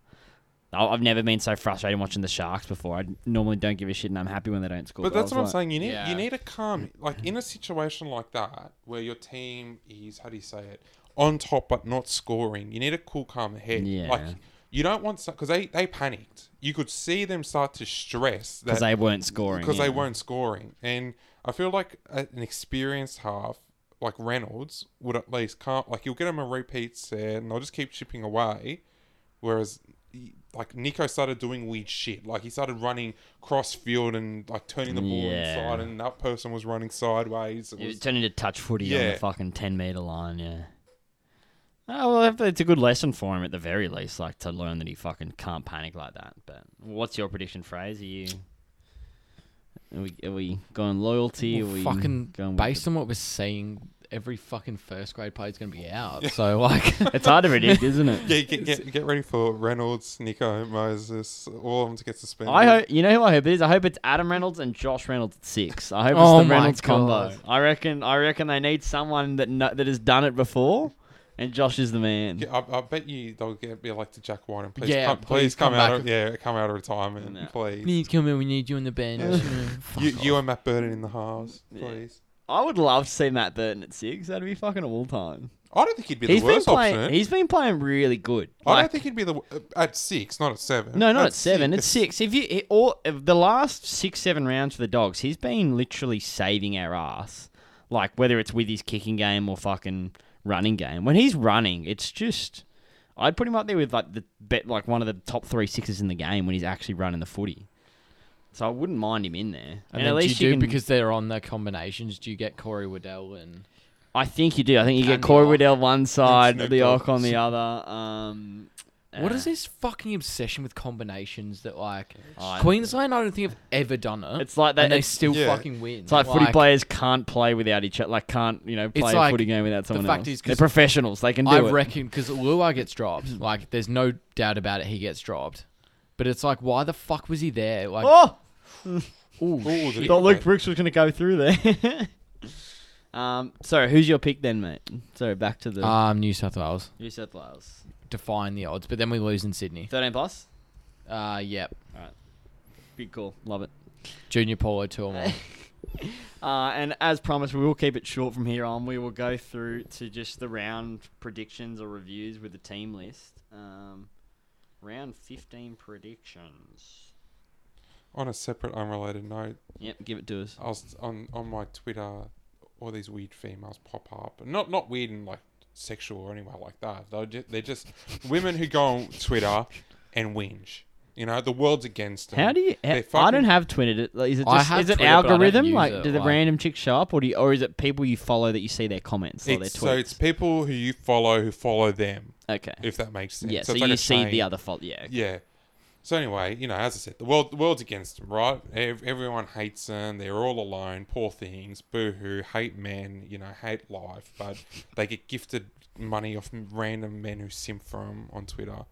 Speaker 1: I- I've never been so frustrated watching the Sharks before. I normally don't give a shit and I'm happy when they don't score.
Speaker 3: but
Speaker 1: I was
Speaker 3: that's what I'm
Speaker 1: like-
Speaker 3: saying. You need
Speaker 2: Yeah.
Speaker 3: you need a calm. Like in a situation like that, where your team is how do you say it on top but not scoring, you need a cool calm head.
Speaker 1: Yeah.
Speaker 3: Like you don't want because they they panicked. You could see them start to stress that
Speaker 1: because they weren't scoring.
Speaker 3: because they
Speaker 1: yeah.
Speaker 3: weren't scoring. And I feel like a- an experienced half like Reynolds would at least can't like you'll get him a repeat set and they'll just keep chipping away. Whereas he- like Nico started doing weird shit. Like he started running cross field and like turning the ball
Speaker 1: Yeah.
Speaker 3: inside and that person was running sideways. It
Speaker 1: It
Speaker 3: was-
Speaker 1: turned into touch footy on
Speaker 3: Yeah.
Speaker 1: the fucking ten meter line. Yeah. Oh, well, if- it's a good lesson for him at the very least, like to learn that he fucking can't panic like that. But what's your prediction, phrase? Are you are we, are we going loyalty?
Speaker 2: Well,
Speaker 1: are we
Speaker 2: fucking
Speaker 1: going with
Speaker 2: based on what we're seeing, every fucking first grade player is going to be out. So like,
Speaker 1: the- It's hard to predict, isn't it?
Speaker 3: Yeah, get, get, get ready for Reynolds, Nico, Moses, all of them to get suspended.
Speaker 1: I hope you know who I hope it is. I hope it's Adam Reynolds and Josh Reynolds at six. I hope it's
Speaker 2: Oh
Speaker 1: the
Speaker 2: my
Speaker 1: Reynolds combo.
Speaker 2: God.
Speaker 1: I reckon. I reckon they need someone that kno- that has done it before, and Josh is the man.
Speaker 3: Yeah, I, I bet you they'll get be elected Jack Warren. Please,
Speaker 2: Yeah,
Speaker 3: come, please,
Speaker 2: please
Speaker 3: come,
Speaker 2: come
Speaker 3: out.
Speaker 2: back.
Speaker 3: Of, yeah, come out of retirement,
Speaker 1: No.
Speaker 3: please.
Speaker 2: need come in. We need you on the bench.
Speaker 3: Yeah.
Speaker 2: you know. Fuck
Speaker 3: You,
Speaker 2: off.
Speaker 3: you and Matt Burden in the halves,
Speaker 1: Yeah.
Speaker 3: please.
Speaker 1: I would love to see Matt Burton at six. That'd be fucking all time.
Speaker 3: I don't think he'd be
Speaker 1: He's
Speaker 3: the
Speaker 1: been
Speaker 3: worst
Speaker 1: playing.
Speaker 3: option.
Speaker 1: He's been playing really good.
Speaker 3: I
Speaker 1: Like-
Speaker 3: don't think he'd be the w- uh, at six, not at seven.
Speaker 1: no, not at seven. It's six. If you it- all if the last six seven rounds for the dogs, he's been literally saving our ass. Like whether it's with his kicking game or fucking running game. When he's running, it's just I'd put him up there with like the bet like one of the top three sixes in the game when he's actually running the footy. So I wouldn't mind him in there. And,
Speaker 2: And,
Speaker 1: at
Speaker 2: then
Speaker 1: least
Speaker 2: do you do
Speaker 1: can,
Speaker 2: because they're on the combinations. Do you get Corey Waddell and
Speaker 1: I think you do. I think you
Speaker 2: And
Speaker 1: get
Speaker 2: the
Speaker 1: Corey
Speaker 2: Orc.
Speaker 1: Waddell one side,
Speaker 3: Snoop
Speaker 1: the
Speaker 3: Dogg.
Speaker 1: Orc on the other. Um,
Speaker 2: what
Speaker 1: uh,
Speaker 2: is this fucking obsession with combinations that like
Speaker 1: I-
Speaker 2: Queensland? I don't think have ever done it.
Speaker 1: It's like that.
Speaker 2: and they
Speaker 1: It's
Speaker 2: still
Speaker 3: Yeah.
Speaker 2: fucking win.
Speaker 1: It's like, footy players can't play without each other. Like can't you know play a
Speaker 2: like,
Speaker 1: footy game without someone
Speaker 2: fact
Speaker 1: else.
Speaker 2: is 'cause
Speaker 1: They're professionals. They can do
Speaker 2: I
Speaker 1: it.
Speaker 2: reckon because Lua gets dropped. Like, there's no doubt about it. He gets dropped. But it's like, why the fuck was he there? Like,
Speaker 1: oh,
Speaker 2: ooh,
Speaker 3: the-
Speaker 2: shit.
Speaker 1: thought Luke Brooks was going to go through there. um, sorry, who's your pick then, mate? Sorry, back to the
Speaker 2: Um, New South Wales
Speaker 1: New South Wales
Speaker 2: defying the odds, but then we lose in Sydney.
Speaker 1: thirteen plus.
Speaker 2: Uh, yep.
Speaker 1: Big call, love it.
Speaker 2: Junior Polo two or more.
Speaker 1: Uh, and as promised, we will keep it short from here on. We will go through to just the round predictions or reviews with the team list. Um, round fifteen predictions.
Speaker 3: On a separate, unrelated note,
Speaker 1: Yep, give it to us.
Speaker 3: I was on on my Twitter. All these weird females pop up, not not weird in like sexual or anywhere like that. They're just, they're just women who go on Twitter and whinge. You know, the world's against them.
Speaker 1: How do you?
Speaker 3: They
Speaker 1: how- I don't
Speaker 3: fucking-
Speaker 1: have Twitter. It- like, Is it
Speaker 2: I
Speaker 1: just,
Speaker 2: have
Speaker 1: is it
Speaker 2: Twitter, but I don't
Speaker 1: algorithm?
Speaker 2: use
Speaker 1: Like,
Speaker 2: it,
Speaker 1: do the
Speaker 2: like-
Speaker 1: random chicks show up, or do you, or is it people you follow that you see their comments or their tweets?
Speaker 3: It's, so it's people who you follow who follow them,
Speaker 1: okay.
Speaker 3: if that makes sense.
Speaker 1: yeah, so,
Speaker 3: it's like
Speaker 1: you
Speaker 3: a
Speaker 1: see
Speaker 3: chain.
Speaker 1: the other fault. Yeah. okay.
Speaker 3: Yeah. So anyway, you know, as I said, the world the world's against them, right? Ev- everyone hates them. They're all alone. Poor things. Boo hoo. Hate men. You know, hate life. But they get gifted money off m- random men who simp for 'em on Twitter.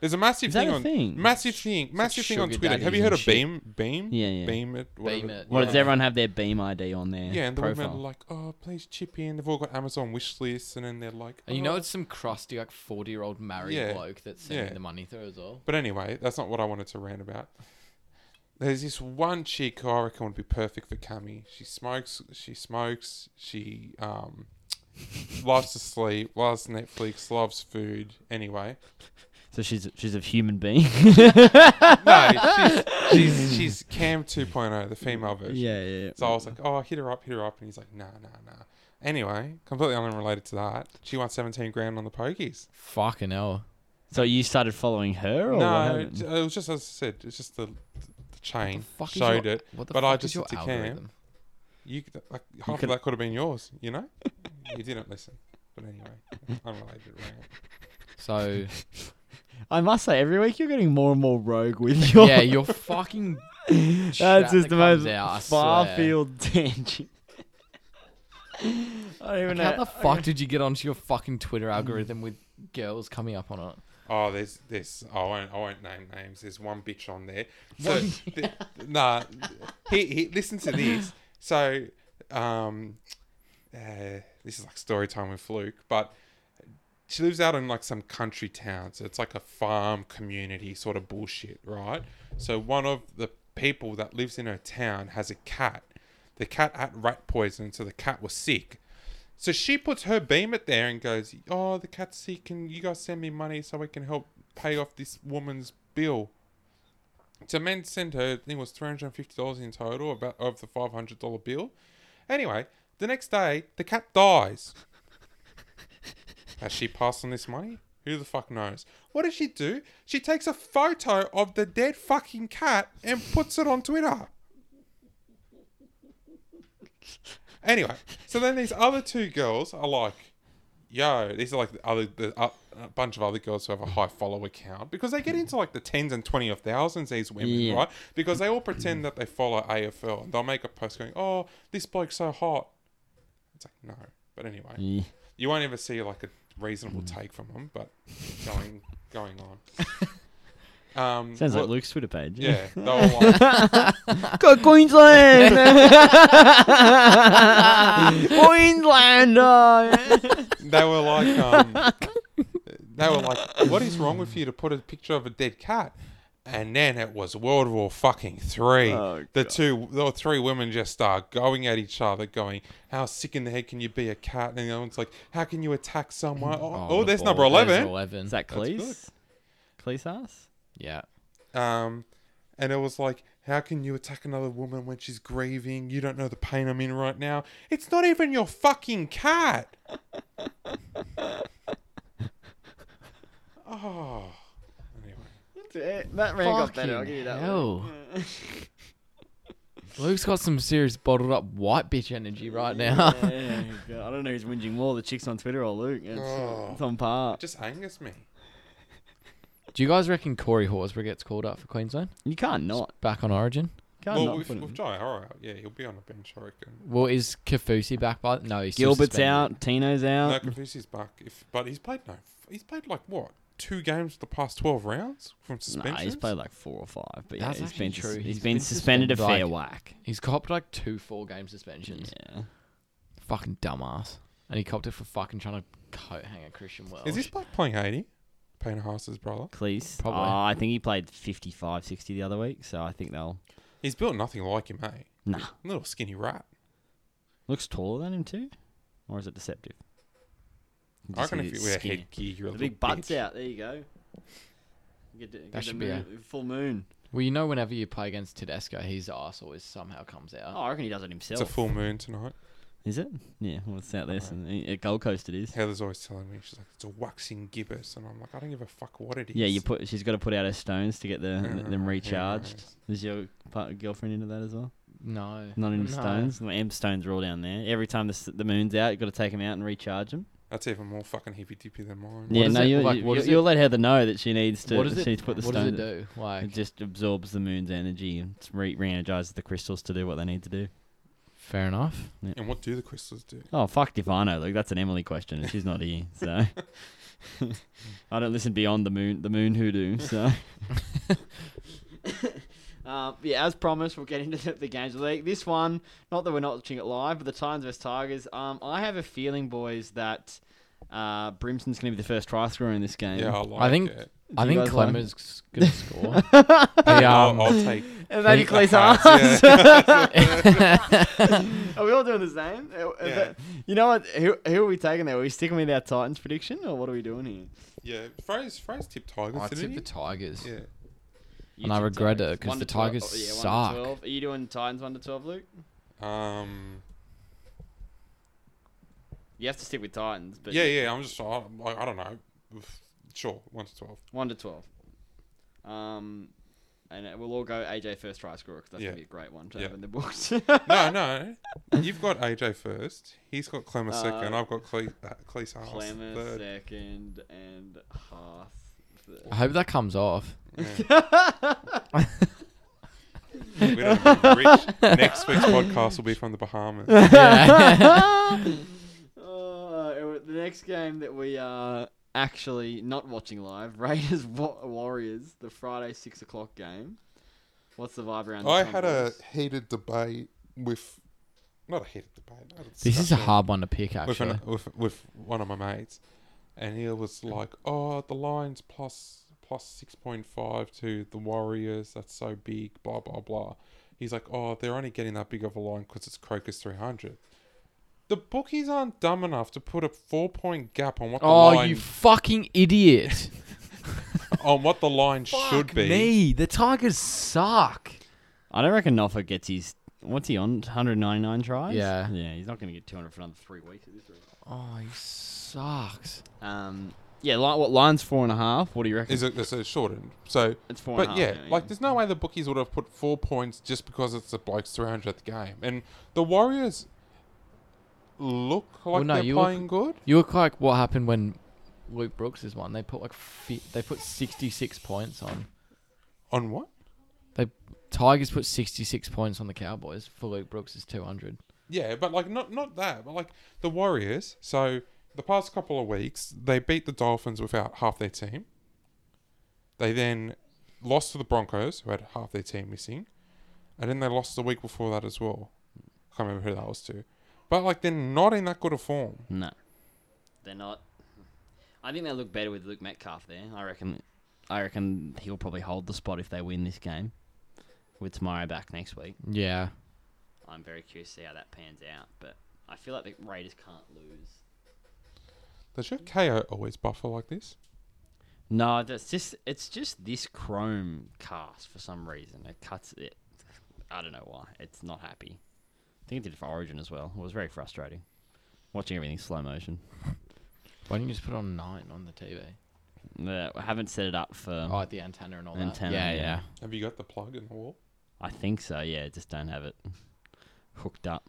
Speaker 3: There's a massive
Speaker 1: Is that
Speaker 3: thing
Speaker 1: a
Speaker 3: on
Speaker 1: thing?
Speaker 3: massive thing massive thing on
Speaker 2: sugar
Speaker 3: Twitter. Have
Speaker 2: daddies
Speaker 3: you heard
Speaker 2: and
Speaker 3: of
Speaker 2: shit.
Speaker 3: Beam? Beam?
Speaker 1: Yeah, yeah.
Speaker 3: Beam it. Whatever,
Speaker 2: Beam it.
Speaker 1: Well, does
Speaker 3: whatever.
Speaker 1: everyone have their Beam ID on their
Speaker 3: Yeah, and the
Speaker 1: profile?
Speaker 3: women are like, oh, please chip in. They've all got Amazon wish lists, and then they're like,
Speaker 2: And you know
Speaker 3: "Oh."
Speaker 2: it's some crusty like forty year old married
Speaker 3: Yeah.
Speaker 2: bloke that's sending
Speaker 3: Yeah.
Speaker 2: the money through as well.
Speaker 3: But anyway, that's not what I wanted to rant about. There's this one chick who I reckon would be perfect for Cammy. She smokes. She smokes. She um, loves to sleep. Loves Netflix. Loves food. Anyway,
Speaker 1: so she's she's a human being.
Speaker 3: no, she's she's, she's Cam 2.0, the female version.
Speaker 1: yeah, yeah.
Speaker 3: So I was like, oh, hit her up, hit her up, and he's like, nah, nah, nah. Anyway, completely unrelated to that. She won 17 grand on the pokies.
Speaker 2: Fucking hell.
Speaker 1: So you started following her, or what
Speaker 3: no,
Speaker 1: happened?
Speaker 3: j- it was just as I said. It's just the the
Speaker 2: Oh, What the
Speaker 3: chain
Speaker 2: fuck is
Speaker 3: showed
Speaker 2: your-
Speaker 3: it.
Speaker 2: What the
Speaker 3: but
Speaker 2: fuck
Speaker 3: I
Speaker 2: is
Speaker 3: just
Speaker 2: your
Speaker 3: took a cam.
Speaker 2: algorithm?
Speaker 3: You could, like half
Speaker 1: could-
Speaker 3: of that could have been yours. You know, you didn't listen. But anyway, unrelated. Rant.
Speaker 2: So
Speaker 1: I must say, every week you're getting more and more rogue with your.
Speaker 2: yeah, you're fucking. shit
Speaker 1: That's just
Speaker 2: that
Speaker 1: the
Speaker 2: comes
Speaker 1: most
Speaker 2: out, I
Speaker 1: far
Speaker 2: swear.
Speaker 1: field tangent. I don't even
Speaker 2: Like,
Speaker 1: know.
Speaker 2: how the fuck did you get onto your fucking Twitter algorithm with girls coming up on it?
Speaker 3: Oh, there's this. I won't. I won't name names. There's one bitch on there. So, th- nah. He, he listen to this. So, um, uh, this is like story time with Fluke, but she lives out in like some country town. So it's like a farm community sort of bullshit, right? So one of the people that lives in her town has a cat. The cat had rat poison, so the cat was sick. So she puts her beam at there and goes, "Oh, the cat's sick. Can you guys send me money so we can help pay off this woman's bill?" So men sent her. I think it was three hundred and fifty dollars in total, about of the five hundred dollar bill. Anyway, the next day the cat dies. Has she passed on this money? Who the fuck knows? What does she do? She takes a photo of the dead fucking cat and puts it on Twitter. Anyway, so then these other two girls are like, yo, these are like the other the, uh, a bunch of other girls who have a high follower count because they get into like the tens and twenty of thousands. These women,
Speaker 1: Yeah.
Speaker 3: right? Because they all pretend that they follow AFL and they'll make a post going, "Oh, this bloke's so hot." It's like no, but anyway,
Speaker 1: Yeah.
Speaker 3: you won't ever see like a reasonable take from them. But going going on. Um,
Speaker 1: Sounds
Speaker 3: well,
Speaker 1: like Luke's Twitter page.
Speaker 3: yeah, they're all like,
Speaker 1: Go Queensland! uh, Queenslander!
Speaker 3: they were like, um, they were like, what is wrong with you to put a picture of a dead cat? And then it was World War fucking three.
Speaker 1: Oh,
Speaker 3: the
Speaker 1: God.
Speaker 3: two, the three women just start going at each other, going, "How sick in the head can you be a cat?" And the other one's like, "How can you attack someone?" Oh, oh,
Speaker 2: the
Speaker 3: there's
Speaker 2: ball.
Speaker 3: number
Speaker 2: There's
Speaker 3: eleven.
Speaker 2: eleven.
Speaker 1: Is that
Speaker 3: That's good.
Speaker 1: Cleese? Cleese ass?
Speaker 2: yeah.
Speaker 3: Um, and it was like, "How can you attack another woman when she's grieving? You don't know the pain I'm in right now. It's not even your fucking cat." oh, anyway.
Speaker 1: That
Speaker 2: hell. Luke's got some serious bottled up white bitch energy right now.
Speaker 1: I don't know who's whinging more, the chicks on Twitter or Luke. It's,
Speaker 3: Oh.
Speaker 1: it's on par.
Speaker 3: Just angers me.
Speaker 2: Do you guys reckon Corey Horsburgh gets called up for Queensland?
Speaker 1: You can't not.
Speaker 2: Back on Origin?
Speaker 1: Can't
Speaker 3: well,
Speaker 1: not
Speaker 3: with,
Speaker 1: put him.
Speaker 3: with Jai Horror, yeah, he'll be on a bench, I reckon.
Speaker 2: Well, is Kafusi back by? No, he's still
Speaker 1: Gilbert's
Speaker 2: suspended.
Speaker 1: out, Tino's
Speaker 3: No,
Speaker 1: out.
Speaker 3: Confucius back, if but he's played no, he's played like what two games the past twelve rounds from
Speaker 1: Nah,
Speaker 3: suspension.
Speaker 1: he's played like four or five, but yeah,
Speaker 2: That's
Speaker 1: he's
Speaker 2: actually
Speaker 1: been, sus-
Speaker 2: true.
Speaker 1: he's been, suspended a fair whack.
Speaker 2: He's copped like two four game suspensions.
Speaker 1: Yeah.
Speaker 2: Fucking dumbass. And he copped it for fucking trying to coat hang a Christian Welsh.
Speaker 3: Is this bloke playing eighty? Payne Haas's brother.
Speaker 1: Cleese.
Speaker 2: Probably.
Speaker 1: Oh, I think he played 55, 60 the other week, so I think they'll.
Speaker 3: He's built nothing like him, eh?
Speaker 1: Nah.
Speaker 3: Little skinny rat.
Speaker 1: Looks taller than him, too? Or is it deceptive?
Speaker 3: I reckon if you wear
Speaker 1: skinny.
Speaker 3: headgear, you're a
Speaker 1: The
Speaker 3: little
Speaker 1: big butt's
Speaker 3: bitch.
Speaker 1: out. There you go. Get the, get the
Speaker 2: should be a-
Speaker 1: moon- full moon.
Speaker 2: Well, you know, whenever you play against Tedesco, his ass always somehow comes
Speaker 1: Oh,
Speaker 2: out.
Speaker 1: I reckon he does it
Speaker 3: It's
Speaker 1: himself.
Speaker 3: a full moon tonight.
Speaker 1: Is it? Yeah, well, it's out there. so- At Gold Coast, it is.
Speaker 3: Heather's always telling me she's like it's a waxing gibbous, and I'm like I don't give a fuck what it is.
Speaker 1: Yeah, you put. She's got to put out her stones to get the,
Speaker 3: Yeah,
Speaker 1: them
Speaker 3: yeah,
Speaker 1: recharged. Is your part, girlfriend into that as well?
Speaker 2: No,
Speaker 1: Not into
Speaker 2: No.
Speaker 1: stones. The M stones are all down there. Every time the, s- the moon's out, you got to take them out and recharge them.
Speaker 3: That's even more fucking hippy dippy than mine.
Speaker 1: yeah,
Speaker 2: does
Speaker 1: no,
Speaker 2: it-
Speaker 1: you,
Speaker 2: like,
Speaker 1: you,
Speaker 2: what
Speaker 1: you,
Speaker 2: does
Speaker 1: you'll
Speaker 2: it-
Speaker 1: let her the know that she needs to.
Speaker 2: What does
Speaker 1: she
Speaker 2: it?
Speaker 1: needs to put the
Speaker 2: what does
Speaker 1: stones.
Speaker 2: it do? Like
Speaker 1: It just absorbs the moon's energy and s- re- re-energizes the crystals to do what they need to do.
Speaker 2: fair enough.
Speaker 3: And what do the crystals do?
Speaker 1: Oh fuck if I know, Look, that's an Emily question, and she's not here, so I don't listen beyond the moon, the moon hoodoo. So, um, yeah, as promised, we'll get into the, the games of the week. This one, not that we're not watching it live, but the Titans vs Tigers. Um, I have a feeling, boys, that uh, Brimson's going to be the first try scorer in this game.
Speaker 3: Yeah, I like
Speaker 2: I think-
Speaker 3: it.
Speaker 2: I
Speaker 1: Do you
Speaker 2: think
Speaker 1: guys like
Speaker 2: Clemmer's s- gonna score. he,
Speaker 3: I'll,
Speaker 2: um,
Speaker 3: I'll take
Speaker 1: And maybe
Speaker 2: Think
Speaker 1: Clay's
Speaker 3: Hearts,
Speaker 1: ass.
Speaker 2: yeah.
Speaker 1: Are we all doing the same? Uh, uh,
Speaker 3: Yeah.
Speaker 1: but- You know what? Who, who are we taking there? Are we sticking with our Titans prediction, or what are we doing here?
Speaker 3: Yeah, Fraser, Fraser tipped Tigers,
Speaker 2: I
Speaker 3: didn't
Speaker 2: tip
Speaker 3: he?
Speaker 2: the Tigers.
Speaker 3: yeah.
Speaker 1: You
Speaker 2: And I
Speaker 1: took
Speaker 2: regret
Speaker 1: Tigers.
Speaker 2: it, 'cause
Speaker 1: One
Speaker 2: the
Speaker 1: to 12.
Speaker 2: Tigers
Speaker 1: yeah, one to
Speaker 2: suck.
Speaker 1: 12. Are you doing Titans one to twelve, Luke?
Speaker 3: Um.
Speaker 1: You have to stick with Titans, but
Speaker 3: yeah, yeah. I'm just. I, I, I don't know. If Sure, one to twelve.
Speaker 1: One to twelve. Um, and uh, we'll all go AJ first try scorer because that's
Speaker 3: Yeah.
Speaker 1: gonna be a great one to
Speaker 3: Yeah.
Speaker 1: have in the books.
Speaker 3: No, no, you've got AJ first. He's got Clemmer second.
Speaker 1: Uh,
Speaker 3: I've got Cle- uh, Cleese Haas
Speaker 1: Clemmer
Speaker 3: third.
Speaker 1: second and Hearth. third.
Speaker 2: I hope that comes off.
Speaker 3: We don't have Rich. Next week's podcast will be from the Bahamas.
Speaker 2: Yeah.
Speaker 1: Uh, it wa- the next game that we are actually not watching live, Raiders Wa- Warriors, the Friday six o'clock game. What's the vibe around?
Speaker 3: I
Speaker 1: this one,
Speaker 3: had a
Speaker 1: boys?
Speaker 3: heated debate with, not a heated debate. not
Speaker 2: this is a
Speaker 3: discussion.
Speaker 2: hard one to pick,
Speaker 3: with,
Speaker 2: actually.
Speaker 3: an, with with one of my mates, and he was like, "Oh, the Lions plus plus six point five to the Warriors. That's so big. Blah blah blah." He's like, "Oh, they're only getting that big of a line because it's Crocus three hundred. The bookies aren't dumb enough to put a four point gap on what the
Speaker 2: Oh,
Speaker 3: line
Speaker 2: you fucking idiot.
Speaker 3: on what the line should
Speaker 2: Fuck
Speaker 3: be.
Speaker 2: me. The Tigers suck.
Speaker 1: I don't reckon Noffa gets his. What's he on? 199 tries.
Speaker 2: Yeah.
Speaker 1: Yeah, he's not going to get 200 for another three weeks at this rate.
Speaker 2: Oh, he sucks.
Speaker 1: Um. Yeah. Li- what line's four and a half? What do you reckon?
Speaker 3: Is it? It's a shortened. So,
Speaker 1: it's four and a
Speaker 3: but
Speaker 1: half.
Speaker 3: yeah, like there's no way the bookies would have put four points just because it's the bloke's 300th game, and the Warriors look like
Speaker 2: Well, no,
Speaker 3: they're
Speaker 2: you look-
Speaker 3: playing good.
Speaker 2: You look like what happened when Luke Brooks is one. They put like fi- they put 66 points on.
Speaker 3: On what?
Speaker 2: Tigers put 66 points on the Cowboys for Luke Brooks is 200.
Speaker 3: Yeah, but like not not that, but like the Warriors. So the past couple of weeks, they beat the Dolphins without half their team. They then lost to the Broncos, who had half their team missing, and then they lost the week before that as well. Can't remember who that was to, but like they're not in that good a form.
Speaker 1: No. They're not. I think they look better with Luke Metcalf there. I reckon. I reckon he'll probably hold the spot if they win this game. With Tamari back next week,
Speaker 2: Yeah.
Speaker 1: I'm very curious to see how that pans out. But I feel like the Raiders can't lose.
Speaker 3: Does your KO always buffer like this?
Speaker 1: No, that's just it's just this Chrome cast for some reason. It cuts it. I don't know why. It's not happy. I think it did it for Origin as well. It was very frustrating watching everything slow motion.
Speaker 2: Why don't you just put on nine on the TV?
Speaker 1: Uh, I haven't set it up for.
Speaker 2: Oh, the antenna and all
Speaker 1: Um, Antenna,
Speaker 2: that.
Speaker 1: yeah.
Speaker 3: Have you got the plug in the wall?
Speaker 1: I think so. Yeah, just don't have it hooked up.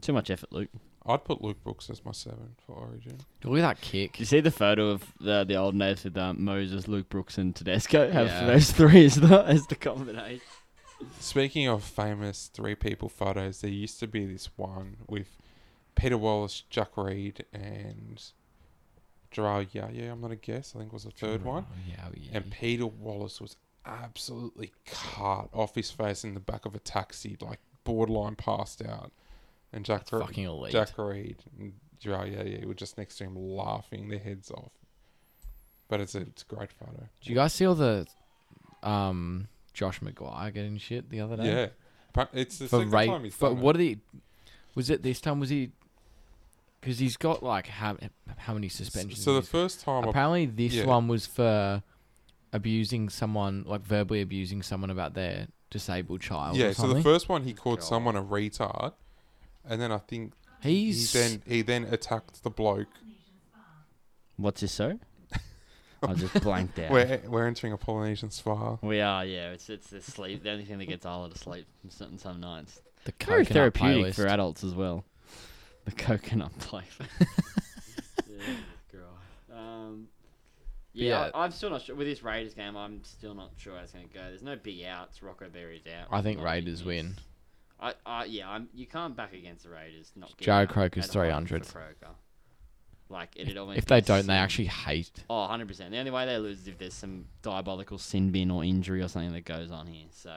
Speaker 1: Too much effort, Luke.
Speaker 3: I'd put Luke Brooks as my seven for Origin.
Speaker 2: Look at that kick.
Speaker 1: Do you see the photo of the the old names with um, Moses, Luke Brooks, and Tedesco? Have
Speaker 2: Yeah.
Speaker 1: those three as the as the combination.
Speaker 3: Speaking of famous three people photos, there used to be this one with Peter Wallace, Jack Reed, and Gerard Yaya. I'm gonna guess. I think was the third one.
Speaker 2: Oh, yeah, oh, yeah.
Speaker 3: And Peter Wallace was absolutely cut off his face in the back of a taxi, like borderline passed out. And Jack
Speaker 2: That's
Speaker 3: Re-
Speaker 2: fucking elite.
Speaker 3: Jack Reed and Gerard Yaya were just next to him, laughing their heads off. But it's a, it's a great photo.
Speaker 2: Do you guys see all the um Josh McGuire getting shit the other day?
Speaker 3: Yeah, Appa- it's the
Speaker 2: for
Speaker 3: second
Speaker 2: rape.
Speaker 3: time he's
Speaker 2: but
Speaker 3: done it.
Speaker 2: what did he? Was it this time? Was he? Because he's got like how how many suspensions?
Speaker 3: So the
Speaker 2: he's-
Speaker 3: first time, I-
Speaker 2: apparently this
Speaker 3: yeah.
Speaker 2: one was for abusing someone, like verbally abusing someone about their disabled child.
Speaker 3: yeah.
Speaker 2: or
Speaker 3: So the
Speaker 2: something.
Speaker 3: first one, he called
Speaker 1: God.
Speaker 3: someone a retard, and then I think
Speaker 2: he's
Speaker 3: he then he then attacked the bloke.
Speaker 1: What's this, sir? I just blanked out.
Speaker 3: We're we're entering a Polynesian spa.
Speaker 1: We are, yeah. It's it's the sleep. The only thing that gets Isla to sleep some some nights.
Speaker 2: the
Speaker 1: Very
Speaker 2: coconut
Speaker 1: therapeutic
Speaker 2: playlist.
Speaker 1: for adults as well. The coconut flavor. um, yeah,
Speaker 2: Yeah.
Speaker 1: I, I'm still not sure with this Raiders game. I'm still not sure how it's going to go. There's no big outs. Rocco Berry's out.
Speaker 2: I think
Speaker 1: Like,
Speaker 2: Raiders
Speaker 1: it's-
Speaker 2: win.
Speaker 1: I, I yeah. I'm, you can't back against the Raiders. Not get
Speaker 2: Jared
Speaker 1: out
Speaker 2: Croker's
Speaker 1: at home for
Speaker 2: 300.
Speaker 1: Croker. Like it'd almost
Speaker 2: If
Speaker 1: be
Speaker 2: they
Speaker 1: the
Speaker 2: don't, they
Speaker 1: same.
Speaker 2: actually hate.
Speaker 1: Oh, 100%. The only way they lose is if there's some diabolical sin bin or injury or something that goes on here. So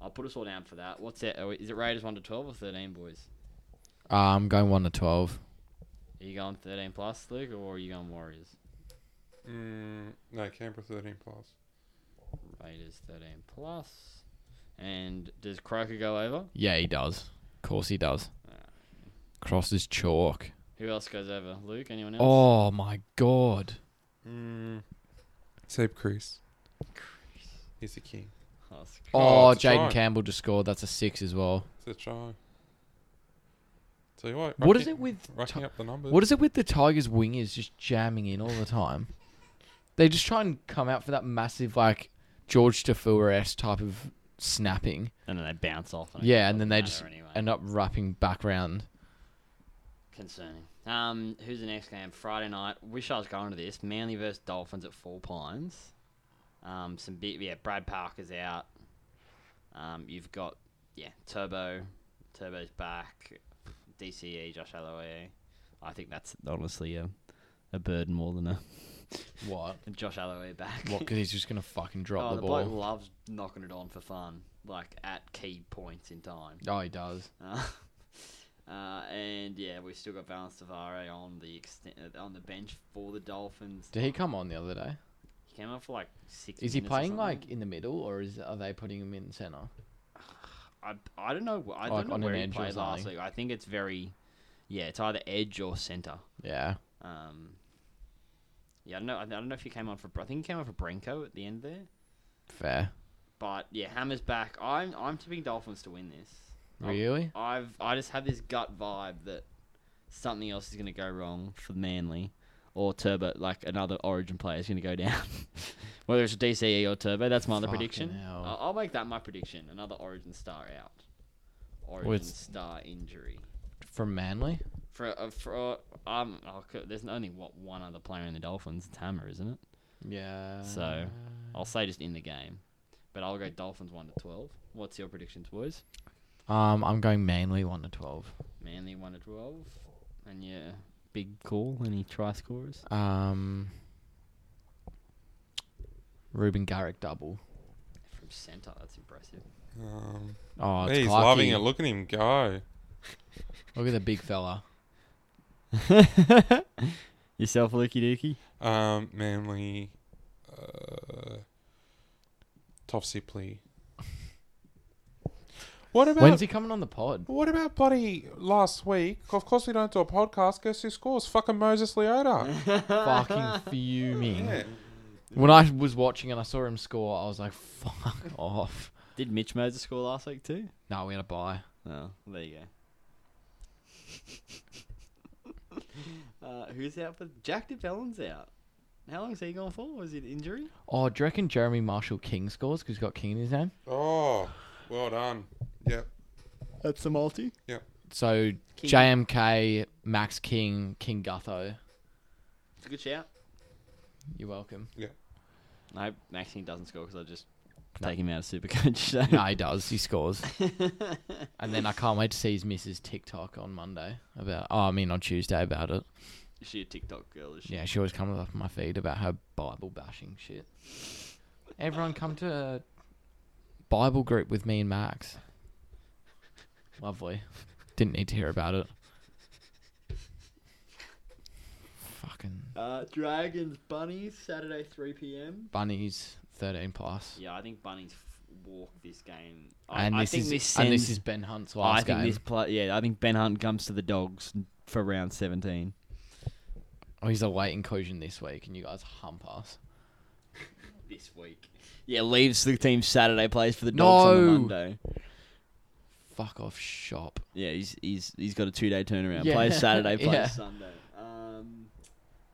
Speaker 1: I'll put us all down for that. What's it? are we- Is it Raiders 1 to 12 or 13, boys?
Speaker 2: Uh, I'm going one to twelve.
Speaker 1: Are you going 13 plus, Luke, or are you going Warriors?
Speaker 3: Mm, no, Canberra thirteen plus.
Speaker 1: Raiders 13 plus. And does Croker go over?
Speaker 2: Yeah, he does. Of course, he does.
Speaker 1: Ah.
Speaker 2: Crosses chalk.
Speaker 1: Who else goes over? Luke? Anyone else?
Speaker 2: Oh my god.
Speaker 3: Mm. Save Chris. He's the king.
Speaker 1: Oh, it's-
Speaker 2: Oh,
Speaker 3: Oh, it's a
Speaker 2: Jaden
Speaker 3: try.
Speaker 2: Campbell just scored. That's a six as well.
Speaker 3: It's a try. Tell you what.
Speaker 2: What
Speaker 3: racking-
Speaker 2: is it with
Speaker 3: racking up the numbers?
Speaker 2: What is it with the Tigers wingers just jamming in all the time? They just try and come out for that massive like George Tafura-esque type of snapping,
Speaker 1: and then they bounce off. it
Speaker 2: Yeah, and
Speaker 1: doesn't
Speaker 2: then they
Speaker 1: matter
Speaker 2: just
Speaker 1: anyway.
Speaker 2: end up wrapping back round.
Speaker 1: concerning. Um, who's the next game? Friday night. Wish I was going to this. Manly versus Dolphins at Four Pines. Um, some bit. Yeah, Brad Parker's out. Um, you've got yeah Turbo. Turbo's back. DCE Josh Alloway. I think that's honestly a, a burden more than a
Speaker 2: What?
Speaker 1: a Josh Alloway back.
Speaker 2: What? Because he's just gonna fucking drop
Speaker 1: oh,
Speaker 2: the,
Speaker 1: the,
Speaker 2: ball.
Speaker 1: bloke loves knocking it on for fun, like at key points in time.
Speaker 2: Oh, he does.
Speaker 1: Uh, uh, and yeah, we've still got Valence Tavare on the extent, on the bench for the Dolphins.
Speaker 2: Did he come on the other day?
Speaker 1: He came up for like six.
Speaker 2: Is he
Speaker 1: minutes or
Speaker 2: playing
Speaker 1: something.
Speaker 2: like in the middle, or is are they putting him in center?
Speaker 1: I, I don't know. wh- I
Speaker 2: Like
Speaker 1: don't
Speaker 2: on
Speaker 1: know
Speaker 2: an
Speaker 1: where he
Speaker 2: edge or
Speaker 1: played last
Speaker 2: something?
Speaker 1: week. I think it's very, yeah, it's either edge or center.
Speaker 2: Yeah.
Speaker 1: Um, yeah, I don't know. I don't know if he came on for. Br- I think he came on for Brenko at the end there.
Speaker 2: Fair.
Speaker 1: But yeah, Hammer's back. I'm I'm tipping Dolphins to win this. I'm-
Speaker 2: Really?
Speaker 1: I've I just have this gut vibe that something else is going to go wrong for Manly or Turbo, like another Origin player is going to go down. Whether it's DCE or Turbo, that's my other
Speaker 2: Fucking
Speaker 1: prediction.
Speaker 2: hell.
Speaker 1: I'll, I'll make that my prediction. Another Origin star out. Origin
Speaker 2: it's-
Speaker 1: star injury.
Speaker 2: From Manly?
Speaker 1: For uh, for uh, um, oh, co- there's only what one other player in the Dolphins. It's Hammer, isn't it?
Speaker 2: Yeah.
Speaker 1: So- I'll say just in the game, but I'll go Dolphins one to twelve. What's your predictions, boys?
Speaker 2: Um, I'm going Manly one to twelve.
Speaker 1: Manly one to twelve, and yeah, big call. Any try scorers?
Speaker 2: Um. Ruben Garrick double.
Speaker 1: From centre, that's impressive.
Speaker 3: Um,
Speaker 2: Oh, it's
Speaker 3: he's
Speaker 2: Clarkey.
Speaker 3: loving it. Look at him go.
Speaker 2: Look at the big fella.
Speaker 1: Yourself, Lukey Dookie.
Speaker 3: Um, Manly, uh, Top Sipley. What about
Speaker 2: When's he coming on the pod?
Speaker 3: what about bloody last week? Of course, we don't do a podcast. Guess who scores? Fucking Moses Leota.
Speaker 2: Fucking fuming.
Speaker 3: yeah.
Speaker 2: When I was watching and I saw him score, I was like, "Fuck off!"
Speaker 1: Did Mitch Moses score last week too?
Speaker 2: No, we had a buy.
Speaker 1: Oh, there you go. uh, who's out for Jack DeVellon's out? How long's he gone for? Was it injury?
Speaker 2: Oh, do you reckon Jeremy Marshall King scores because he's got King in his name?
Speaker 3: Oh, well done. Yep.
Speaker 1: That's the multi.
Speaker 2: So
Speaker 1: King.
Speaker 2: JMK, Max King, King Gutho.
Speaker 1: It's a good shout.
Speaker 2: You're welcome.
Speaker 1: I hope Maxine doesn't score because I just
Speaker 2: No.
Speaker 1: take him out of Supercoach. So.
Speaker 2: no, he does. He scores. and then I can't wait to see his Mrs. TikTok on Monday about. Oh, I mean on Tuesday about it.
Speaker 1: Is she a TikTok girl? Is she?
Speaker 2: Yeah, she always comes up on my feed about her Bible bashing shit. Everyone come to a Bible group with me and Max. Lovely. Didn't need to hear about it. Fucking
Speaker 1: Uh, Dragons Bunnies Saturday three p.m.
Speaker 2: bunnies, thirteen plus.
Speaker 1: Yeah, I think Bunnies f- walk this game. I,
Speaker 2: And
Speaker 1: I
Speaker 2: this
Speaker 1: think
Speaker 2: is
Speaker 1: this sends,
Speaker 2: and this is Ben Hunt's last
Speaker 1: I think
Speaker 2: game.
Speaker 1: this play, yeah, I think Ben Hunt comes to the dogs for round seventeen.
Speaker 2: Oh, he's away inclusion this week, and you guys hump us.
Speaker 1: This week, yeah, leaves the team Saturday, plays for the dogs on the
Speaker 2: No.
Speaker 1: Monday.
Speaker 2: Fuck off, shop.
Speaker 1: Yeah, he's he's he's got a two day turnaround.
Speaker 2: Yeah.
Speaker 1: Plays Saturday, plays
Speaker 2: Yeah.
Speaker 1: Sunday. Um,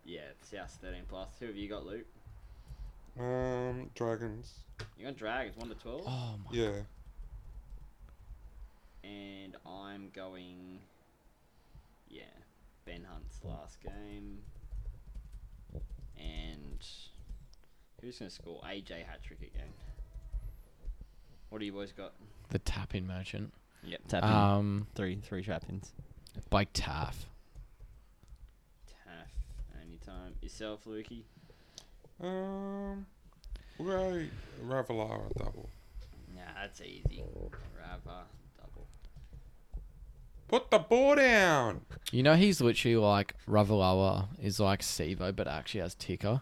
Speaker 1: yeah, South thirteen plus. Who have you got, Luke?
Speaker 3: Um, Dragons.
Speaker 1: You got Dragons one to twelve,
Speaker 2: Oh my.
Speaker 3: Yeah.
Speaker 1: and I'm going. Yeah, Ben Hunt's last game, and who's gonna score? AJ hat trick again. What do you boys got?
Speaker 2: The tap in merchant.
Speaker 1: Yep, tap
Speaker 2: Um,
Speaker 1: Three, three trap ins.
Speaker 2: by Taff.
Speaker 1: Taff, anytime. Yourself, Lukey.
Speaker 3: Um, we'll go Ravelara double.
Speaker 1: Nah, that's easy. Rava, double.
Speaker 3: Put the ball down.
Speaker 2: You know, he's literally like Ravalawa is like Sivo, but actually has ticker.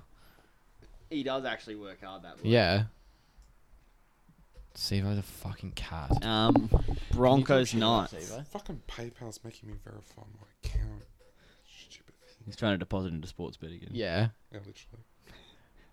Speaker 1: He does actually work hard that way.
Speaker 2: Yeah. Sivo's a fucking cat.
Speaker 1: Um, Broncos Knights.
Speaker 3: Fucking PayPal's making me verify my account. Stupid.
Speaker 1: He's trying to deposit into sports bet again.
Speaker 2: Yeah.
Speaker 3: Yeah, literally.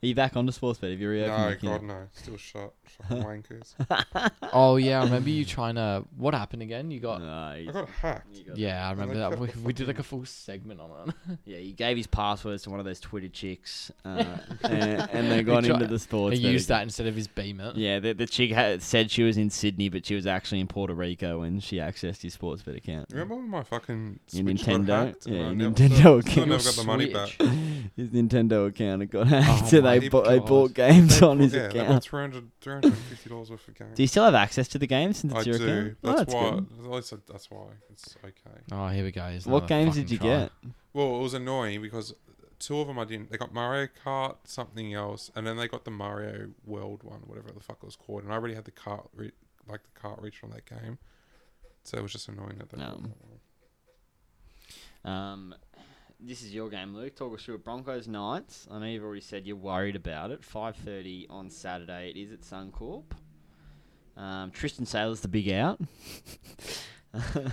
Speaker 1: Are you back onto sports bet? Have you reopened?
Speaker 3: No,
Speaker 1: it? Yeah.
Speaker 3: God, no. Still shut. Fucking wankers.
Speaker 2: Oh yeah, I remember you trying to. What happened again? You got.
Speaker 1: No,
Speaker 3: I
Speaker 1: he's-
Speaker 3: got hacked.
Speaker 1: you got-
Speaker 2: Yeah, I remember that.
Speaker 3: cut
Speaker 2: We,
Speaker 3: the
Speaker 2: we did like a full segment on it.
Speaker 1: yeah. He gave his passwords to one of those Twitter chicks, uh, and, and they got
Speaker 2: He tri-
Speaker 1: into the sports.
Speaker 2: He
Speaker 1: bet
Speaker 2: used
Speaker 1: again.
Speaker 2: that instead of his beamer.
Speaker 1: Yeah, the, the chick had, said she was in Sydney, but she was actually in Puerto Rico when she accessed his sports bet account.
Speaker 3: Remember when my fucking
Speaker 1: Your
Speaker 3: Switch got
Speaker 1: Nintendo?
Speaker 3: hacked
Speaker 1: Yeah,
Speaker 3: I
Speaker 1: your
Speaker 3: never-
Speaker 1: Nintendo
Speaker 3: still
Speaker 1: account.
Speaker 3: never got the money back.
Speaker 2: Switch.
Speaker 1: His Nintendo account had got hacked, so
Speaker 2: my
Speaker 1: they, bought they
Speaker 2: God.
Speaker 1: bought games on his
Speaker 3: yeah, they
Speaker 1: account.
Speaker 3: bought 300 350 dollars worth of games.
Speaker 1: Do you still have access to the game since
Speaker 3: I
Speaker 1: it's your
Speaker 3: do.
Speaker 1: account? Oh,
Speaker 3: That's why.
Speaker 1: good.
Speaker 3: At least I- that's why it's okay.
Speaker 2: Oh, here we go. here's
Speaker 1: What
Speaker 2: another
Speaker 1: games
Speaker 2: fucking
Speaker 1: did you
Speaker 2: try.
Speaker 1: get?
Speaker 3: Well, it was annoying because two of them I didn't. They got Mario Kart, something else, and then they got the Mario World one, whatever the fuck it was called. And I already had the cart, re- like the cart reach on that game, so it was just annoying that they. got
Speaker 1: Um,
Speaker 3: that one.
Speaker 1: Um, this is your game, Luke. Talk us through it. Broncos Knights. I know you've already said you're worried about it. Five thirty on Saturday. It is at Suncorp. Um, Tristan Saylor's the big out.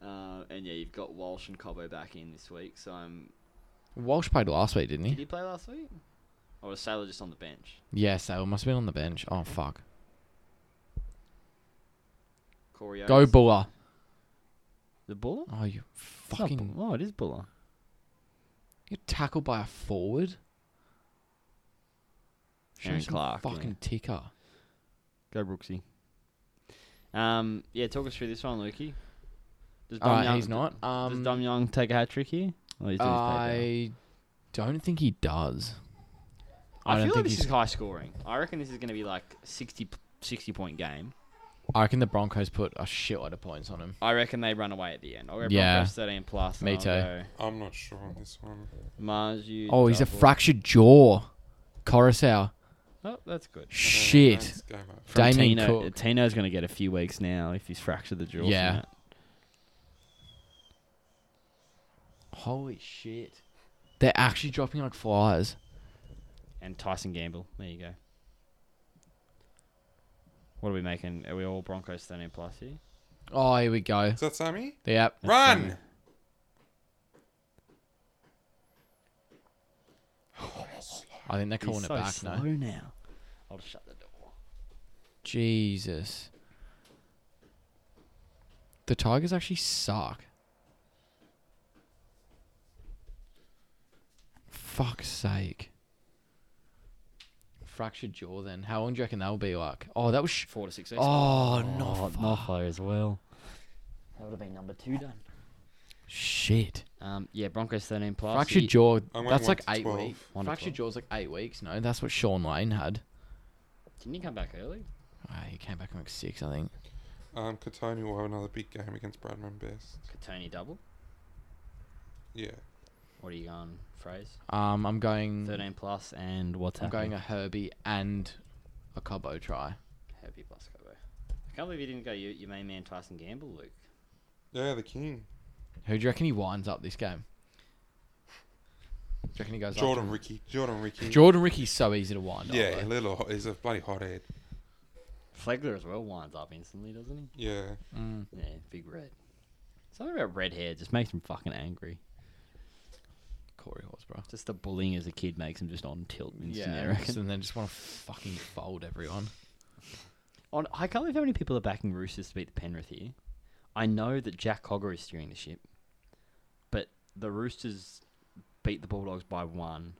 Speaker 1: Uh, and yeah, you've got Walsh and Cobbo back in this week. So um,
Speaker 2: Walsh played last week, didn't
Speaker 1: did
Speaker 2: he?
Speaker 1: he play last week, or was Saylor just on the bench?
Speaker 2: Yeah, so it must have been on the bench. Oh fuck.
Speaker 1: Corey
Speaker 2: Go
Speaker 1: Oates?
Speaker 2: Buller.
Speaker 1: the Buller.
Speaker 2: Oh, you
Speaker 1: It's not
Speaker 2: fucking.
Speaker 1: Buller. Oh, it is Buller.
Speaker 2: You're tackled by a forward. Show
Speaker 1: Aaron
Speaker 2: some
Speaker 1: Clark, yeah.
Speaker 2: Fucking ticker.
Speaker 1: Go Brooksy. Um, yeah, talk us through this one, Lukey. Does
Speaker 2: Uh,
Speaker 1: Dom
Speaker 2: he's
Speaker 1: Young-
Speaker 2: not.
Speaker 1: Does
Speaker 2: Um,
Speaker 1: Dom Young take a hat trick here? Or he's doing his takedown?
Speaker 2: I don't think he does. I,
Speaker 1: I,
Speaker 2: don't
Speaker 1: feel like
Speaker 2: think
Speaker 1: this
Speaker 2: he's.
Speaker 1: is high scoring. I reckon this is going to be like 60, p- 60 point game.
Speaker 2: I reckon the Broncos put a shitload of points on him.
Speaker 1: I reckon they run away at the end. I'll go
Speaker 2: Yeah.
Speaker 1: Broncos 13 plus. and
Speaker 2: Me
Speaker 1: I'll
Speaker 2: too.
Speaker 1: go
Speaker 3: I'm not sure on this one.
Speaker 1: Mars, you
Speaker 2: Oh, he's a
Speaker 1: double.
Speaker 2: fractured jaw. Coruscant.
Speaker 1: Oh, that's good.
Speaker 2: Shit.
Speaker 3: It's game over.
Speaker 1: From
Speaker 2: Damien
Speaker 1: Tino,
Speaker 2: Cook.
Speaker 1: Tino's going to get a few weeks now if he's fractured the jaw. from
Speaker 2: Yeah.
Speaker 1: that.
Speaker 2: Holy shit. They're actually dropping like flies.
Speaker 1: And Tyson Gamble. There you go. What are we making? Are we all Broncos 13 plus here?
Speaker 2: Oh, here we go.
Speaker 3: Is that Sammy?
Speaker 2: Yep.
Speaker 1: That's
Speaker 3: Run!
Speaker 2: I think they're
Speaker 1: He's
Speaker 2: calling it
Speaker 1: so
Speaker 2: back
Speaker 1: slow
Speaker 2: now.
Speaker 1: now. I'll just shut the door.
Speaker 2: Jesus. The Tigers actually suck. Fuck's sake. Fractured jaw then. How long do you reckon that'll be like? Oh, that was. Sh-
Speaker 1: Four to six. weeks.
Speaker 2: oh,
Speaker 1: Oh,
Speaker 2: no. fuck.
Speaker 1: Nofo as well. That would have been number two done.
Speaker 2: Shit.
Speaker 1: Um, yeah, Broncos 13 plus.
Speaker 2: Fractured
Speaker 1: He-
Speaker 2: jaw.
Speaker 3: I went
Speaker 2: That's
Speaker 3: one
Speaker 2: like
Speaker 3: to
Speaker 2: eight
Speaker 3: 12.
Speaker 2: weeks.
Speaker 1: One to
Speaker 2: Fractured jaw's like eight weeks. No, that's what Sean Lane had.
Speaker 1: Can you come back early?
Speaker 2: Ah, he came back on like six, I think.
Speaker 3: Um, Katoni will have another big game against Bradman Best.
Speaker 1: Could Tony double?
Speaker 3: Yeah.
Speaker 1: What are you going, phrase?
Speaker 2: Um, I'm going.
Speaker 1: 13 plus and what's
Speaker 2: I'm
Speaker 1: happening?
Speaker 2: going a Herbie and a Cobo try.
Speaker 1: Happy plus Cobo. I can't believe you didn't go you, your main man Tyson Gamble, Luke.
Speaker 3: Yeah, the king.
Speaker 2: Who do you reckon he winds up this game? Do you reckon he goes
Speaker 3: Jordan
Speaker 2: after him?
Speaker 3: Ricky. Jordan Ricky.
Speaker 2: Jordan Ricky's so easy to wind up.
Speaker 3: yeah,
Speaker 2: though.
Speaker 3: little. hot- He's a bloody hothead.
Speaker 1: Flegler as well winds up instantly, doesn't he?
Speaker 3: Yeah.
Speaker 2: Mm.
Speaker 1: Yeah, big red. Something about red hair just makes him fucking angry.
Speaker 2: Corey Horsbrough.
Speaker 1: Just the bullying as a kid makes him just on tilt instantly, I
Speaker 2: Yeah,
Speaker 1: reckon.
Speaker 2: and then just want to fucking fold everyone.
Speaker 1: On, I can't believe how many people are backing Roosters to beat the Penrith here. I know that Jack Cogger is steering the ship, but the Roosters beat the Bulldogs by one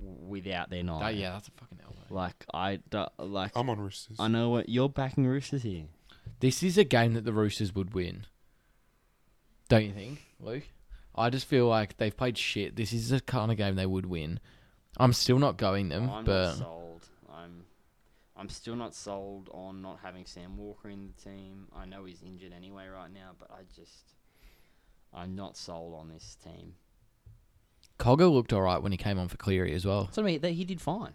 Speaker 1: without their nine.
Speaker 2: Oh, yeah, that's a fucking elbow.
Speaker 1: Like I do, like
Speaker 3: I'm on Roosters.
Speaker 1: I know what you're backing Roosters here.
Speaker 2: This is a game that the Roosters would win. Don't you think, Luke? I just feel like they've played shit. This is the kind of game they would win. I'm still not going them,
Speaker 1: I'm
Speaker 2: but
Speaker 1: not sold. I'm I'm still not sold on not having Sam Walker in the team. I know he's injured anyway right now, but I just I'm not sold on this team.
Speaker 2: Cogger looked all right when he came on for Cleary as well.
Speaker 1: So I mean, they, he did fine.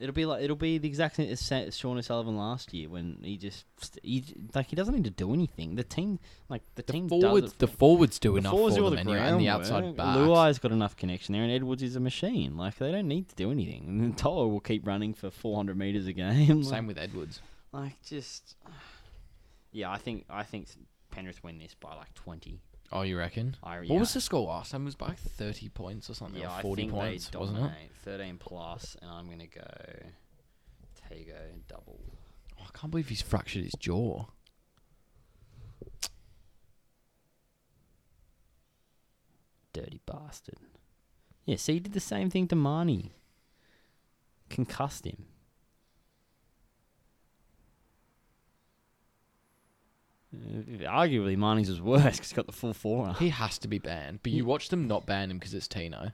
Speaker 1: It'll be like it'll be the exact same as Sa- Sean O'Sullivan last year when he just st- he j- like he doesn't need to do anything. The team like the, team does
Speaker 2: Forwards,
Speaker 1: it
Speaker 2: the
Speaker 1: for-
Speaker 2: forwards do
Speaker 1: the
Speaker 2: enough
Speaker 1: forwards do
Speaker 2: for
Speaker 1: all
Speaker 2: them anyway, and the outside
Speaker 1: groundwork.
Speaker 2: backs.
Speaker 1: Luai's got enough connection there, and Edwards is a machine. Like they don't need to do anything. And Toa will keep running for 400 meters a game.
Speaker 2: Same with Edwards.
Speaker 1: like, like just yeah, I think I think Penrith win this by like 20.
Speaker 2: Oh, you reckon?
Speaker 1: I,
Speaker 2: What was the score last time? It was by like 30 points or something,
Speaker 1: Yeah,
Speaker 2: or 40
Speaker 1: I think
Speaker 2: points,
Speaker 1: they
Speaker 2: wasn't
Speaker 1: dominate.
Speaker 2: it?
Speaker 1: Thirteen plus, and I'm gonna go Tego double.
Speaker 2: Oh, I can't believe he's fractured his jaw.
Speaker 1: Dirty bastard. Yeah, so he did the same thing to Marnie. Concussed him. Uh, Arguably, Marnie's was worse 'cause he's got the full forearm.
Speaker 2: He has to be banned, but you
Speaker 1: Yeah.
Speaker 2: watch them not ban him because it's Tino.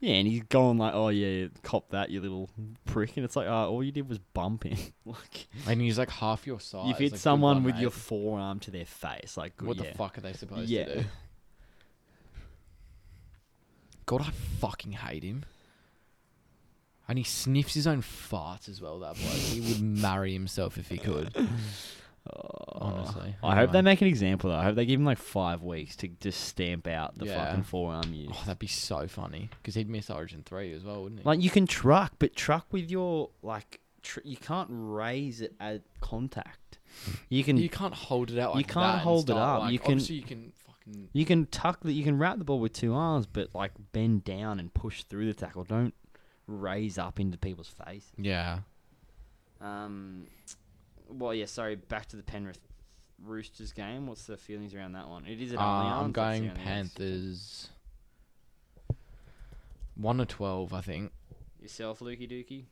Speaker 1: Yeah, and he's going like, "Oh yeah, cop that, you little prick," and it's like, "Oh, all you did was bump him. like
Speaker 2: And he's like half your size.
Speaker 1: you've hit
Speaker 2: like, good
Speaker 1: someone
Speaker 2: one,
Speaker 1: with your
Speaker 2: mate.
Speaker 1: forearm to their face. Like, good,
Speaker 2: What
Speaker 1: yeah.
Speaker 2: the fuck are they supposed
Speaker 1: Yeah.
Speaker 2: to do? God, I fucking hate him. And he sniffs his own farts as well, that bloke. he would marry himself if he could. Honestly.
Speaker 1: Oh, I hope they
Speaker 2: Anyway.
Speaker 1: make an example. though. I hope they give him like five weeks to just stamp out the
Speaker 2: Yeah.
Speaker 1: fucking forearm use.
Speaker 2: Oh, that'd be so funny. Because he'd miss Origin 3 as well, wouldn't he?
Speaker 1: Like you can truck, but truck with your like tr- you can't raise it at contact. You can
Speaker 2: you
Speaker 1: you,
Speaker 2: can't hold it out
Speaker 1: You
Speaker 2: like
Speaker 1: can't
Speaker 2: that and
Speaker 1: hold it
Speaker 2: start,
Speaker 1: up.
Speaker 2: like-
Speaker 1: You can-
Speaker 2: Obviously, you can fucking...
Speaker 1: can tuck that you can wrap the ball with two arms, but like bend down and push through the tackle. Don't raise up into people's face.
Speaker 2: Yeah.
Speaker 1: Um, well, yeah. Sorry, back to the Penrith Roosters game. What's the feelings around that one? It is at
Speaker 2: Uh,
Speaker 1: Allianz.
Speaker 2: I'm
Speaker 1: that's the
Speaker 2: going
Speaker 1: only one.
Speaker 2: Panthers. One or twelve, I think.
Speaker 1: Yourself, Lukey Dookie.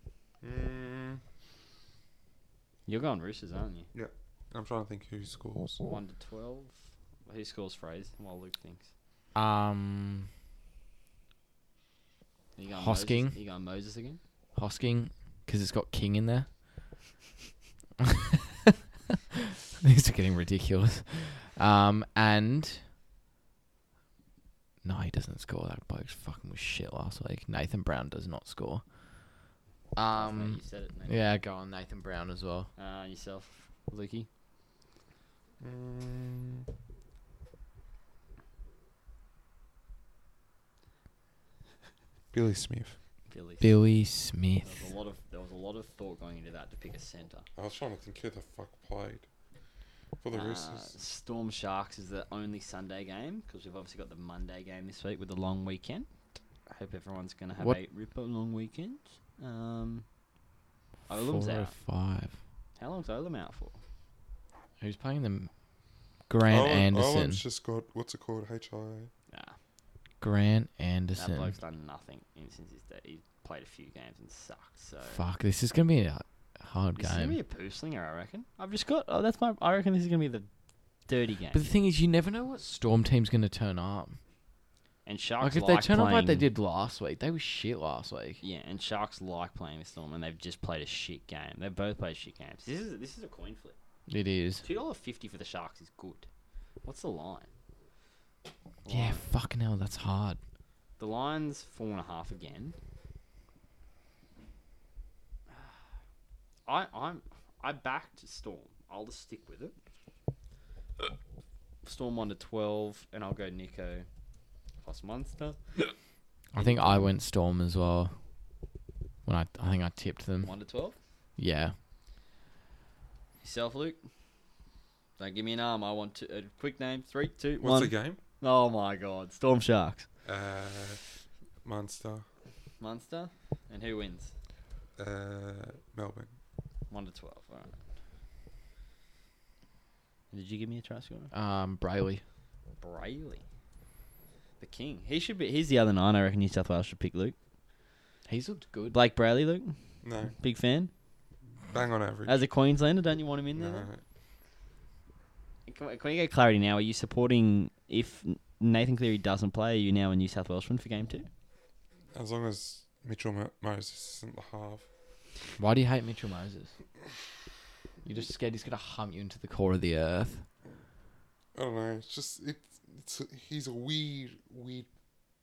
Speaker 3: Mm,
Speaker 1: You're going Roosters, aren't you?
Speaker 3: I'm trying to think who scores.
Speaker 1: One to twelve. Who scores phrase? While Luke thinks.
Speaker 2: Um,
Speaker 1: Are you going
Speaker 2: Hosking.
Speaker 1: Moses? Are you going Moses again?
Speaker 2: Hosking, because it's got King in there. These are getting ridiculous. Um, and no, he doesn't score. That bloke's fucking was shit last week. Nathan Brown does not score.
Speaker 1: Mate,
Speaker 2: Um,
Speaker 1: you said it. Mate.
Speaker 2: yeah, go on Nathan Brown as well.
Speaker 1: Uh, yourself, Lukey.
Speaker 3: Mm, Billy Smith.
Speaker 1: Billy.
Speaker 2: Billy
Speaker 1: There
Speaker 2: Smith.
Speaker 1: was a lot of there was a lot of thought going into that to pick a centre.
Speaker 3: I was trying to think who the fuck played for the
Speaker 1: Uh,
Speaker 3: Roosters.
Speaker 1: Storm Sharks is the only Sunday game because we've obviously got the Monday game this week with the long weekend. I hope everyone's going to have
Speaker 2: What-
Speaker 1: a ripper long weekend. Um, Olam's
Speaker 2: Four or
Speaker 1: out.
Speaker 2: five.
Speaker 1: How long's Olam out for?
Speaker 2: Who's playing them? Grant
Speaker 3: Owen-
Speaker 2: Anderson.
Speaker 3: Owen's just got what's it called? HI.
Speaker 1: Nah,
Speaker 2: Grant
Speaker 1: that
Speaker 2: Anderson.
Speaker 1: bloke's done nothing in- since his day. He's played a few games and sucked. So
Speaker 2: Fuck, this is gonna be a hard
Speaker 1: This is gonna
Speaker 2: game.
Speaker 1: be a poo slinger, I reckon. I've just got. Oh, that's my. I reckon this is gonna be the dirty game.
Speaker 2: but the thing is, you never know what Storm team's gonna turn up.
Speaker 1: and
Speaker 2: like
Speaker 1: sharks
Speaker 2: if
Speaker 1: like
Speaker 2: they turn up like they
Speaker 1: playing-
Speaker 2: did last week, they were shit last week.
Speaker 1: Yeah, and sharks like playing with Storm, and they've just played a shit game. They've both played shit games. This is this is a coin flip.
Speaker 2: It is.
Speaker 1: Two dollar fifty for the sharks is good. What's the line? The
Speaker 2: Yeah,
Speaker 1: line-
Speaker 2: fucking hell, that's hard.
Speaker 1: the line's four and a half again. I I'm I backed Storm. I'll just stick with it. Storm one to twelve, and I'll go Nico plus Munster.
Speaker 2: I think I went Storm as well. When I, I think I tipped them.
Speaker 1: One to twelve.
Speaker 2: Yeah.
Speaker 1: Yourself, Luke. Don't give me an arm. I want to. A quick name. Three, two,
Speaker 3: What's
Speaker 1: one.
Speaker 3: the game?
Speaker 1: Oh my God! Storm Sharks.
Speaker 3: Uh, Munster.
Speaker 1: Munster. And who wins?
Speaker 3: Uh, Melbourne.
Speaker 1: One to twelve. All right. Did you give me a try score?
Speaker 2: Um, Brayley.
Speaker 1: Brayley, the king. He should be. He's the other nine. I reckon New South Wales should pick Luke.
Speaker 2: He's looked good.
Speaker 1: Blake Brayley, Luke.
Speaker 3: No,
Speaker 1: Big fan.
Speaker 3: bang on average.
Speaker 1: As a Queenslander, don't you want him in there?
Speaker 3: no.
Speaker 1: Can we, can we get clarity now? Are you supporting if Nathan Cleary doesn't play? Are you now a New South Welshman for game two?
Speaker 3: As long as Mitchell Mo- Moses isn't the half.
Speaker 2: Why do you hate Mitchell Moses? You're just scared he's gonna hump you into the core of the earth.
Speaker 3: I don't know. It's just it, it's he's a weird, weird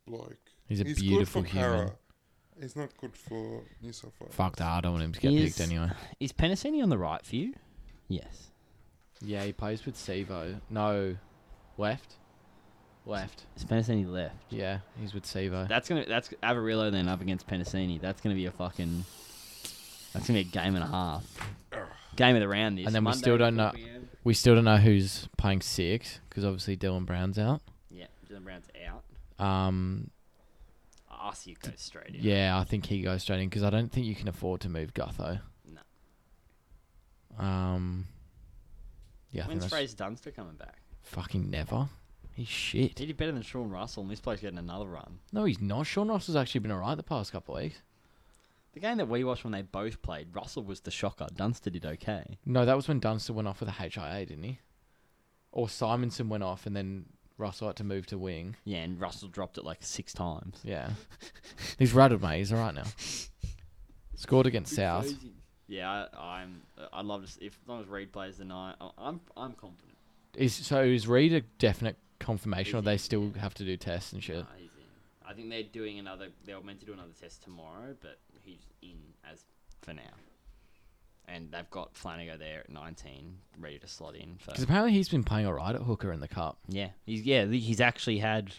Speaker 3: bloke.
Speaker 2: He's a beautiful
Speaker 3: good for
Speaker 2: human.
Speaker 3: Para. He's not good for New South Wales.
Speaker 2: Fuck that. I don't want him to get picked
Speaker 1: Is-
Speaker 2: anyway.
Speaker 1: Is Penasini on the right for you? Yes.
Speaker 2: Yeah, he plays with Sevo. No, left. Left.
Speaker 1: Is Penasini left?
Speaker 2: Yeah, he's with Sevo.
Speaker 1: That's gonna that's Avarillo then up against Penasini. That's gonna be a fucking that's gonna be a game and a half. Game of the round this.
Speaker 2: And then we still don't know- We still don't know who's playing six because obviously Dylan Brown's out.
Speaker 1: Yeah, Dylan Brown's out.
Speaker 2: Um,
Speaker 1: Arce goes straight in.
Speaker 2: yeah, I think he goes straight in because I don't think you can afford to move Gutho.
Speaker 1: No.
Speaker 2: Um, yeah, I think
Speaker 1: When's
Speaker 2: that's
Speaker 1: Fraser Dunster coming back?
Speaker 2: fucking never. He's shit.
Speaker 1: He did better than Sean Russell, and this bloke's getting another run.
Speaker 2: No, he's not. Sean Ross has actually been alright the past couple of weeks.
Speaker 1: The game that we watched when they both played, Russell was the shocker. Dunster did okay.
Speaker 2: No, that was when Dunster went off with a HIA, didn't he? Or Simonson went off and then Russell had to move to wing.
Speaker 1: Yeah, and Russell dropped it like six times.
Speaker 2: Yeah. He's rattled, mate. He's all right now. Scored against South.
Speaker 1: Yeah, I, I'm. I love to. See, if as long as Reed plays the night, I- I'm. I'm confident.
Speaker 2: Is so is Reed a definite confirmation, or
Speaker 1: He's
Speaker 2: they
Speaker 1: in,
Speaker 2: still have to do tests and shit?
Speaker 1: Nah, he's in. I think they're doing another. They were meant to do another test tomorrow, but he's in as for now. And they've got Flanagan there at 19, ready to slot in. For
Speaker 2: Because apparently he's been playing all right at hooker in the cup.
Speaker 1: yeah, he's yeah th- he's actually had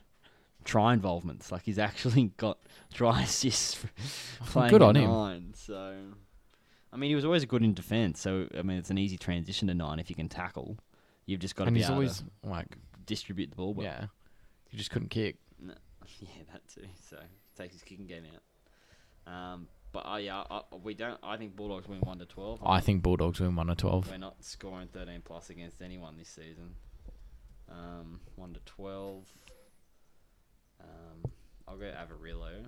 Speaker 1: try involvements. Like he's actually got try assists. For playing
Speaker 2: good
Speaker 1: at
Speaker 2: on him.
Speaker 1: nine. So, I mean, he was always good in defence. So I mean, it's an easy transition to nine if you can tackle. You've just got to
Speaker 2: and
Speaker 1: be
Speaker 2: he's
Speaker 1: able
Speaker 2: always
Speaker 1: to
Speaker 2: like,
Speaker 1: distribute the ball. Well.
Speaker 2: yeah, he just couldn't kick.
Speaker 1: Yeah, that too. So takes his kicking game out. Um, but uh, yeah, I, I- we don't. I think Bulldogs win one to twelve.
Speaker 2: I think Bulldogs win one or twelve.
Speaker 1: we're not scoring thirteen plus against anyone this season. Um, one to twelve. Um, I'll go Avarillo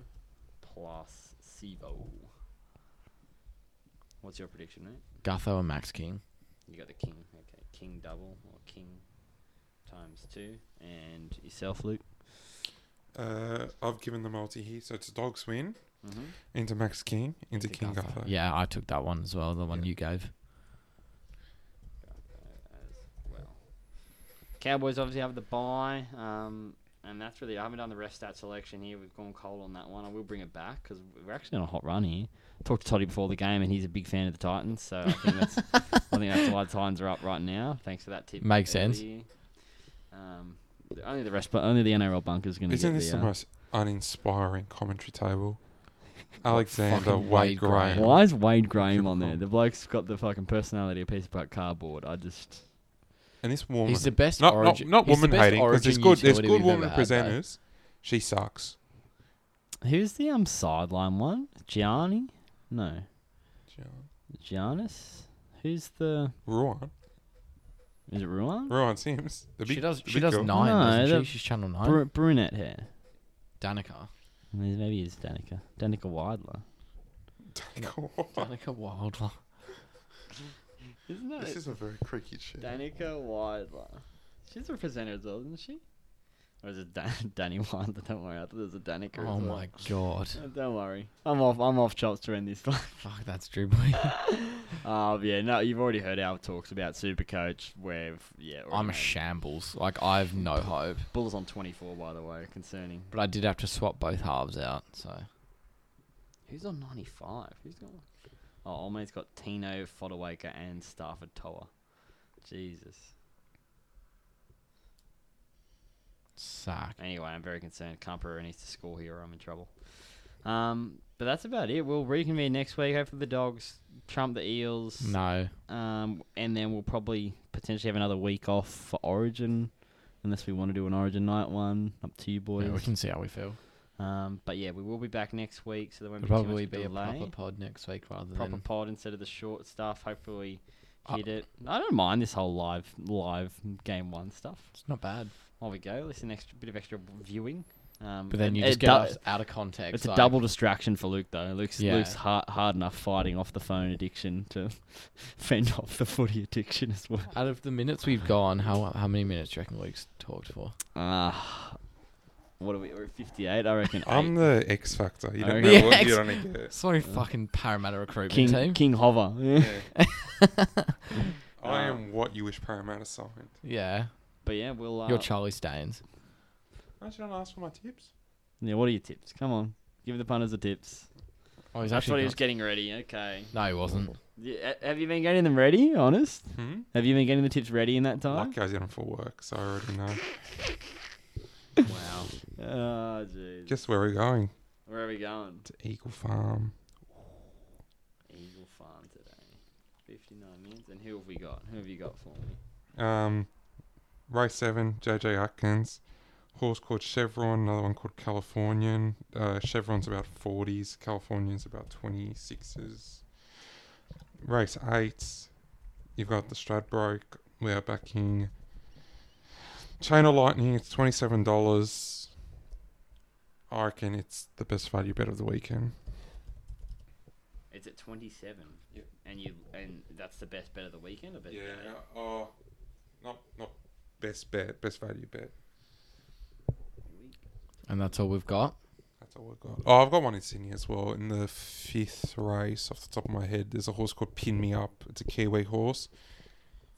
Speaker 1: plus Sivo. What's your prediction, mate?
Speaker 2: Gutho and Max King.
Speaker 1: You got the king. Okay, king double or king times two, and yourself, Luke.
Speaker 3: Uh, I've given the multi here, so it's dogs win
Speaker 1: Mm-hmm.
Speaker 3: into Max King
Speaker 1: Into
Speaker 3: into, King
Speaker 1: Gutho.
Speaker 3: Gutho.
Speaker 2: Yeah, I took that one as well. The one you gave.
Speaker 1: as well. Cowboys obviously have the bye, um, and that's really. I haven't done the ref stat selection here. We've gone cold on that one. I will bring it back because we're actually on a hot run here. Talked to Toddy before the game, and he's a big fan of the Titans, so I think that's, I think that's why the Titans are up right now. Thanks for that tip.
Speaker 2: Makes sense.
Speaker 1: earlier. Um, the- only the rest, but only the NRL bunker's going to get
Speaker 3: Isn't this
Speaker 1: the,
Speaker 3: the
Speaker 1: uh,
Speaker 3: most uninspiring commentary table? Alexander
Speaker 2: fucking Wade
Speaker 3: Wade
Speaker 2: Graham.
Speaker 3: Graham.
Speaker 1: Why is Wade Graham on there? The bloke's got the fucking personality of a piece of cardboard. I just
Speaker 3: And this woman.
Speaker 2: He's the best.
Speaker 3: not,
Speaker 2: origin,
Speaker 3: not, not
Speaker 2: he's the
Speaker 3: woman
Speaker 2: best
Speaker 3: hating because there's
Speaker 2: origin
Speaker 3: good, there's
Speaker 2: utility
Speaker 3: good
Speaker 2: we've
Speaker 3: woman
Speaker 2: ever had, though.
Speaker 3: presenters. she sucks.
Speaker 1: who's the um sideline one? Gianni? No. Giannis? Who's the?
Speaker 3: Ruan.
Speaker 1: Is it Ruan?
Speaker 3: Ruan Sims. The big,
Speaker 2: she does.
Speaker 3: the
Speaker 2: She
Speaker 3: big
Speaker 2: does
Speaker 3: girl.
Speaker 2: nine.
Speaker 1: No,
Speaker 2: doesn't
Speaker 1: the-
Speaker 2: she? She's Channel Nine.
Speaker 1: Bru- brunette hair.
Speaker 2: Danica.
Speaker 1: Maybe maybe it's Danica. Danica Widler.
Speaker 2: Danica Wildler.
Speaker 1: Isn't that
Speaker 3: This is a very creaky shit.
Speaker 1: Danica Widler? She's a presenter as well, isn't she? Or is it Dan- Danny Widler? Don't worry, I thought it was a Danica.
Speaker 2: Oh
Speaker 1: as well.
Speaker 2: my god.
Speaker 1: Uh, Don't worry, I'm off. I'm off chops to end this. one.
Speaker 2: Fuck, that's dribbling.
Speaker 1: Oh yeah, no, you've already heard our talks about Supercoach. Where yeah, already
Speaker 2: I'm a
Speaker 1: made-
Speaker 2: shambles. Like I've no hope.
Speaker 1: Bulls on 24 by the way. Concerning.
Speaker 2: But I did have to swap both halves out. So
Speaker 1: Who's on 95? Who's got one? Oh, Olme's got Tino, Fodawaker, and Stafford Toa. Jesus.
Speaker 2: suck.
Speaker 1: Anyway, I'm very concerned. Campera needs to score here or I'm in trouble. Um, but that's about it. We'll reconvene next week. Hopefully the dogs trump the eels.
Speaker 2: No.
Speaker 1: Um, and then we'll probably potentially have another week off for Origin. Unless we want to do an Origin night one. Up to you boys.
Speaker 2: Yeah, we can see how we feel.
Speaker 1: um, but yeah, we will be back next week, so there won't
Speaker 2: It'll
Speaker 1: be
Speaker 2: probably
Speaker 1: too much
Speaker 2: be a
Speaker 1: delay.
Speaker 2: proper pod next week rather
Speaker 1: proper
Speaker 2: than
Speaker 1: pod instead of the short stuff. Hopefully,
Speaker 2: Uh,
Speaker 1: hit it. I don't mind this whole live live game one stuff.
Speaker 2: it's not bad.
Speaker 1: While we go, there's an extra bit of extra viewing. Um,
Speaker 2: But then
Speaker 1: and
Speaker 2: you
Speaker 1: it
Speaker 2: just get
Speaker 1: do-
Speaker 2: us out of context.
Speaker 1: It's
Speaker 2: like,
Speaker 1: a double distraction for Luke though. Luke's
Speaker 2: Yeah.
Speaker 1: Luke's hard, hard enough fighting off the phone addiction to fend off the footy addiction as well.
Speaker 2: Out of the minutes we've gone, how how many minutes do you reckon Luke's talked for?
Speaker 1: Ah, what are we? We're at 58, I reckon.
Speaker 3: I'm the X Factor. You don't
Speaker 1: Okay.
Speaker 3: know
Speaker 2: The
Speaker 3: what
Speaker 2: X-
Speaker 3: you're going to get.
Speaker 2: Sorry, fucking Parramatta recruitment
Speaker 1: Uh, King
Speaker 2: team.
Speaker 1: King Hover.
Speaker 3: Yeah. I am what you wish Parramatta signed.
Speaker 2: Yeah,
Speaker 1: But yeah, we'll. Uh,
Speaker 2: you're Charlie Staines.
Speaker 3: I should not ask for my tips.
Speaker 1: yeah, what are your tips? Come on, give the punters the tips.
Speaker 2: Oh, he's
Speaker 1: That's what
Speaker 2: actually.
Speaker 1: he was getting ready. Okay.
Speaker 2: got- No, he wasn't.
Speaker 1: Yeah, have you been getting them ready? Honest?
Speaker 3: Hmm?
Speaker 1: Have you been getting the tips ready in that time?
Speaker 3: Lucky I did them for work, so I already know.
Speaker 2: wow.
Speaker 1: Oh, jeez.
Speaker 3: Guess where we're going?
Speaker 1: Where are we going?
Speaker 3: To Eagle Farm.
Speaker 1: Eagle Farm today. 59 minutes. And who have we got? Who have you got for me?
Speaker 3: Um, race seven, JJ Atkins. Horse called Chevron, another one called Californian. Uh, Chevron's about 40s, Californian's about 26s. Race eight, you've got the Stradbroke. We are backing Chain of Lightning. It's $27. I reckon it's the best value bet of the weekend.
Speaker 1: It's at twenty seven.
Speaker 3: Yep.
Speaker 1: And you and that's the best bet of the weekend. I bet.
Speaker 3: Yeah. Oh, not not best bet, best value bet.
Speaker 2: And that's all we've got.
Speaker 3: That's all I've got. Oh, I've got one in Sydney as well. In the fifth race, off the top of my head, there's a horse called Pin Me Up. It's a Kiwi horse.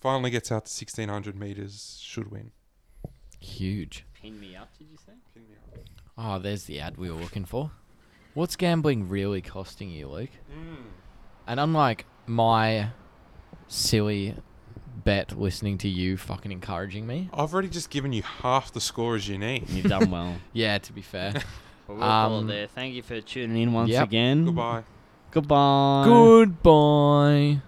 Speaker 3: Finally gets out to 1600 meters. Should win.
Speaker 2: Huge.
Speaker 1: Pin me up. Did you say?
Speaker 3: Pin Me Up.
Speaker 2: Oh, there's the ad we were looking for. What's gambling really costing you, Luke? And unlike my silly bet listening to you fucking encouraging me.
Speaker 3: I've already just given you half the scores you need.
Speaker 1: You've done well.
Speaker 2: Yeah, to be fair.
Speaker 1: Well, we'll call
Speaker 2: Um,
Speaker 1: it there. Thank you for tuning in once
Speaker 2: yep.
Speaker 1: again.
Speaker 3: Goodbye.
Speaker 1: Goodbye.
Speaker 2: Goodbye.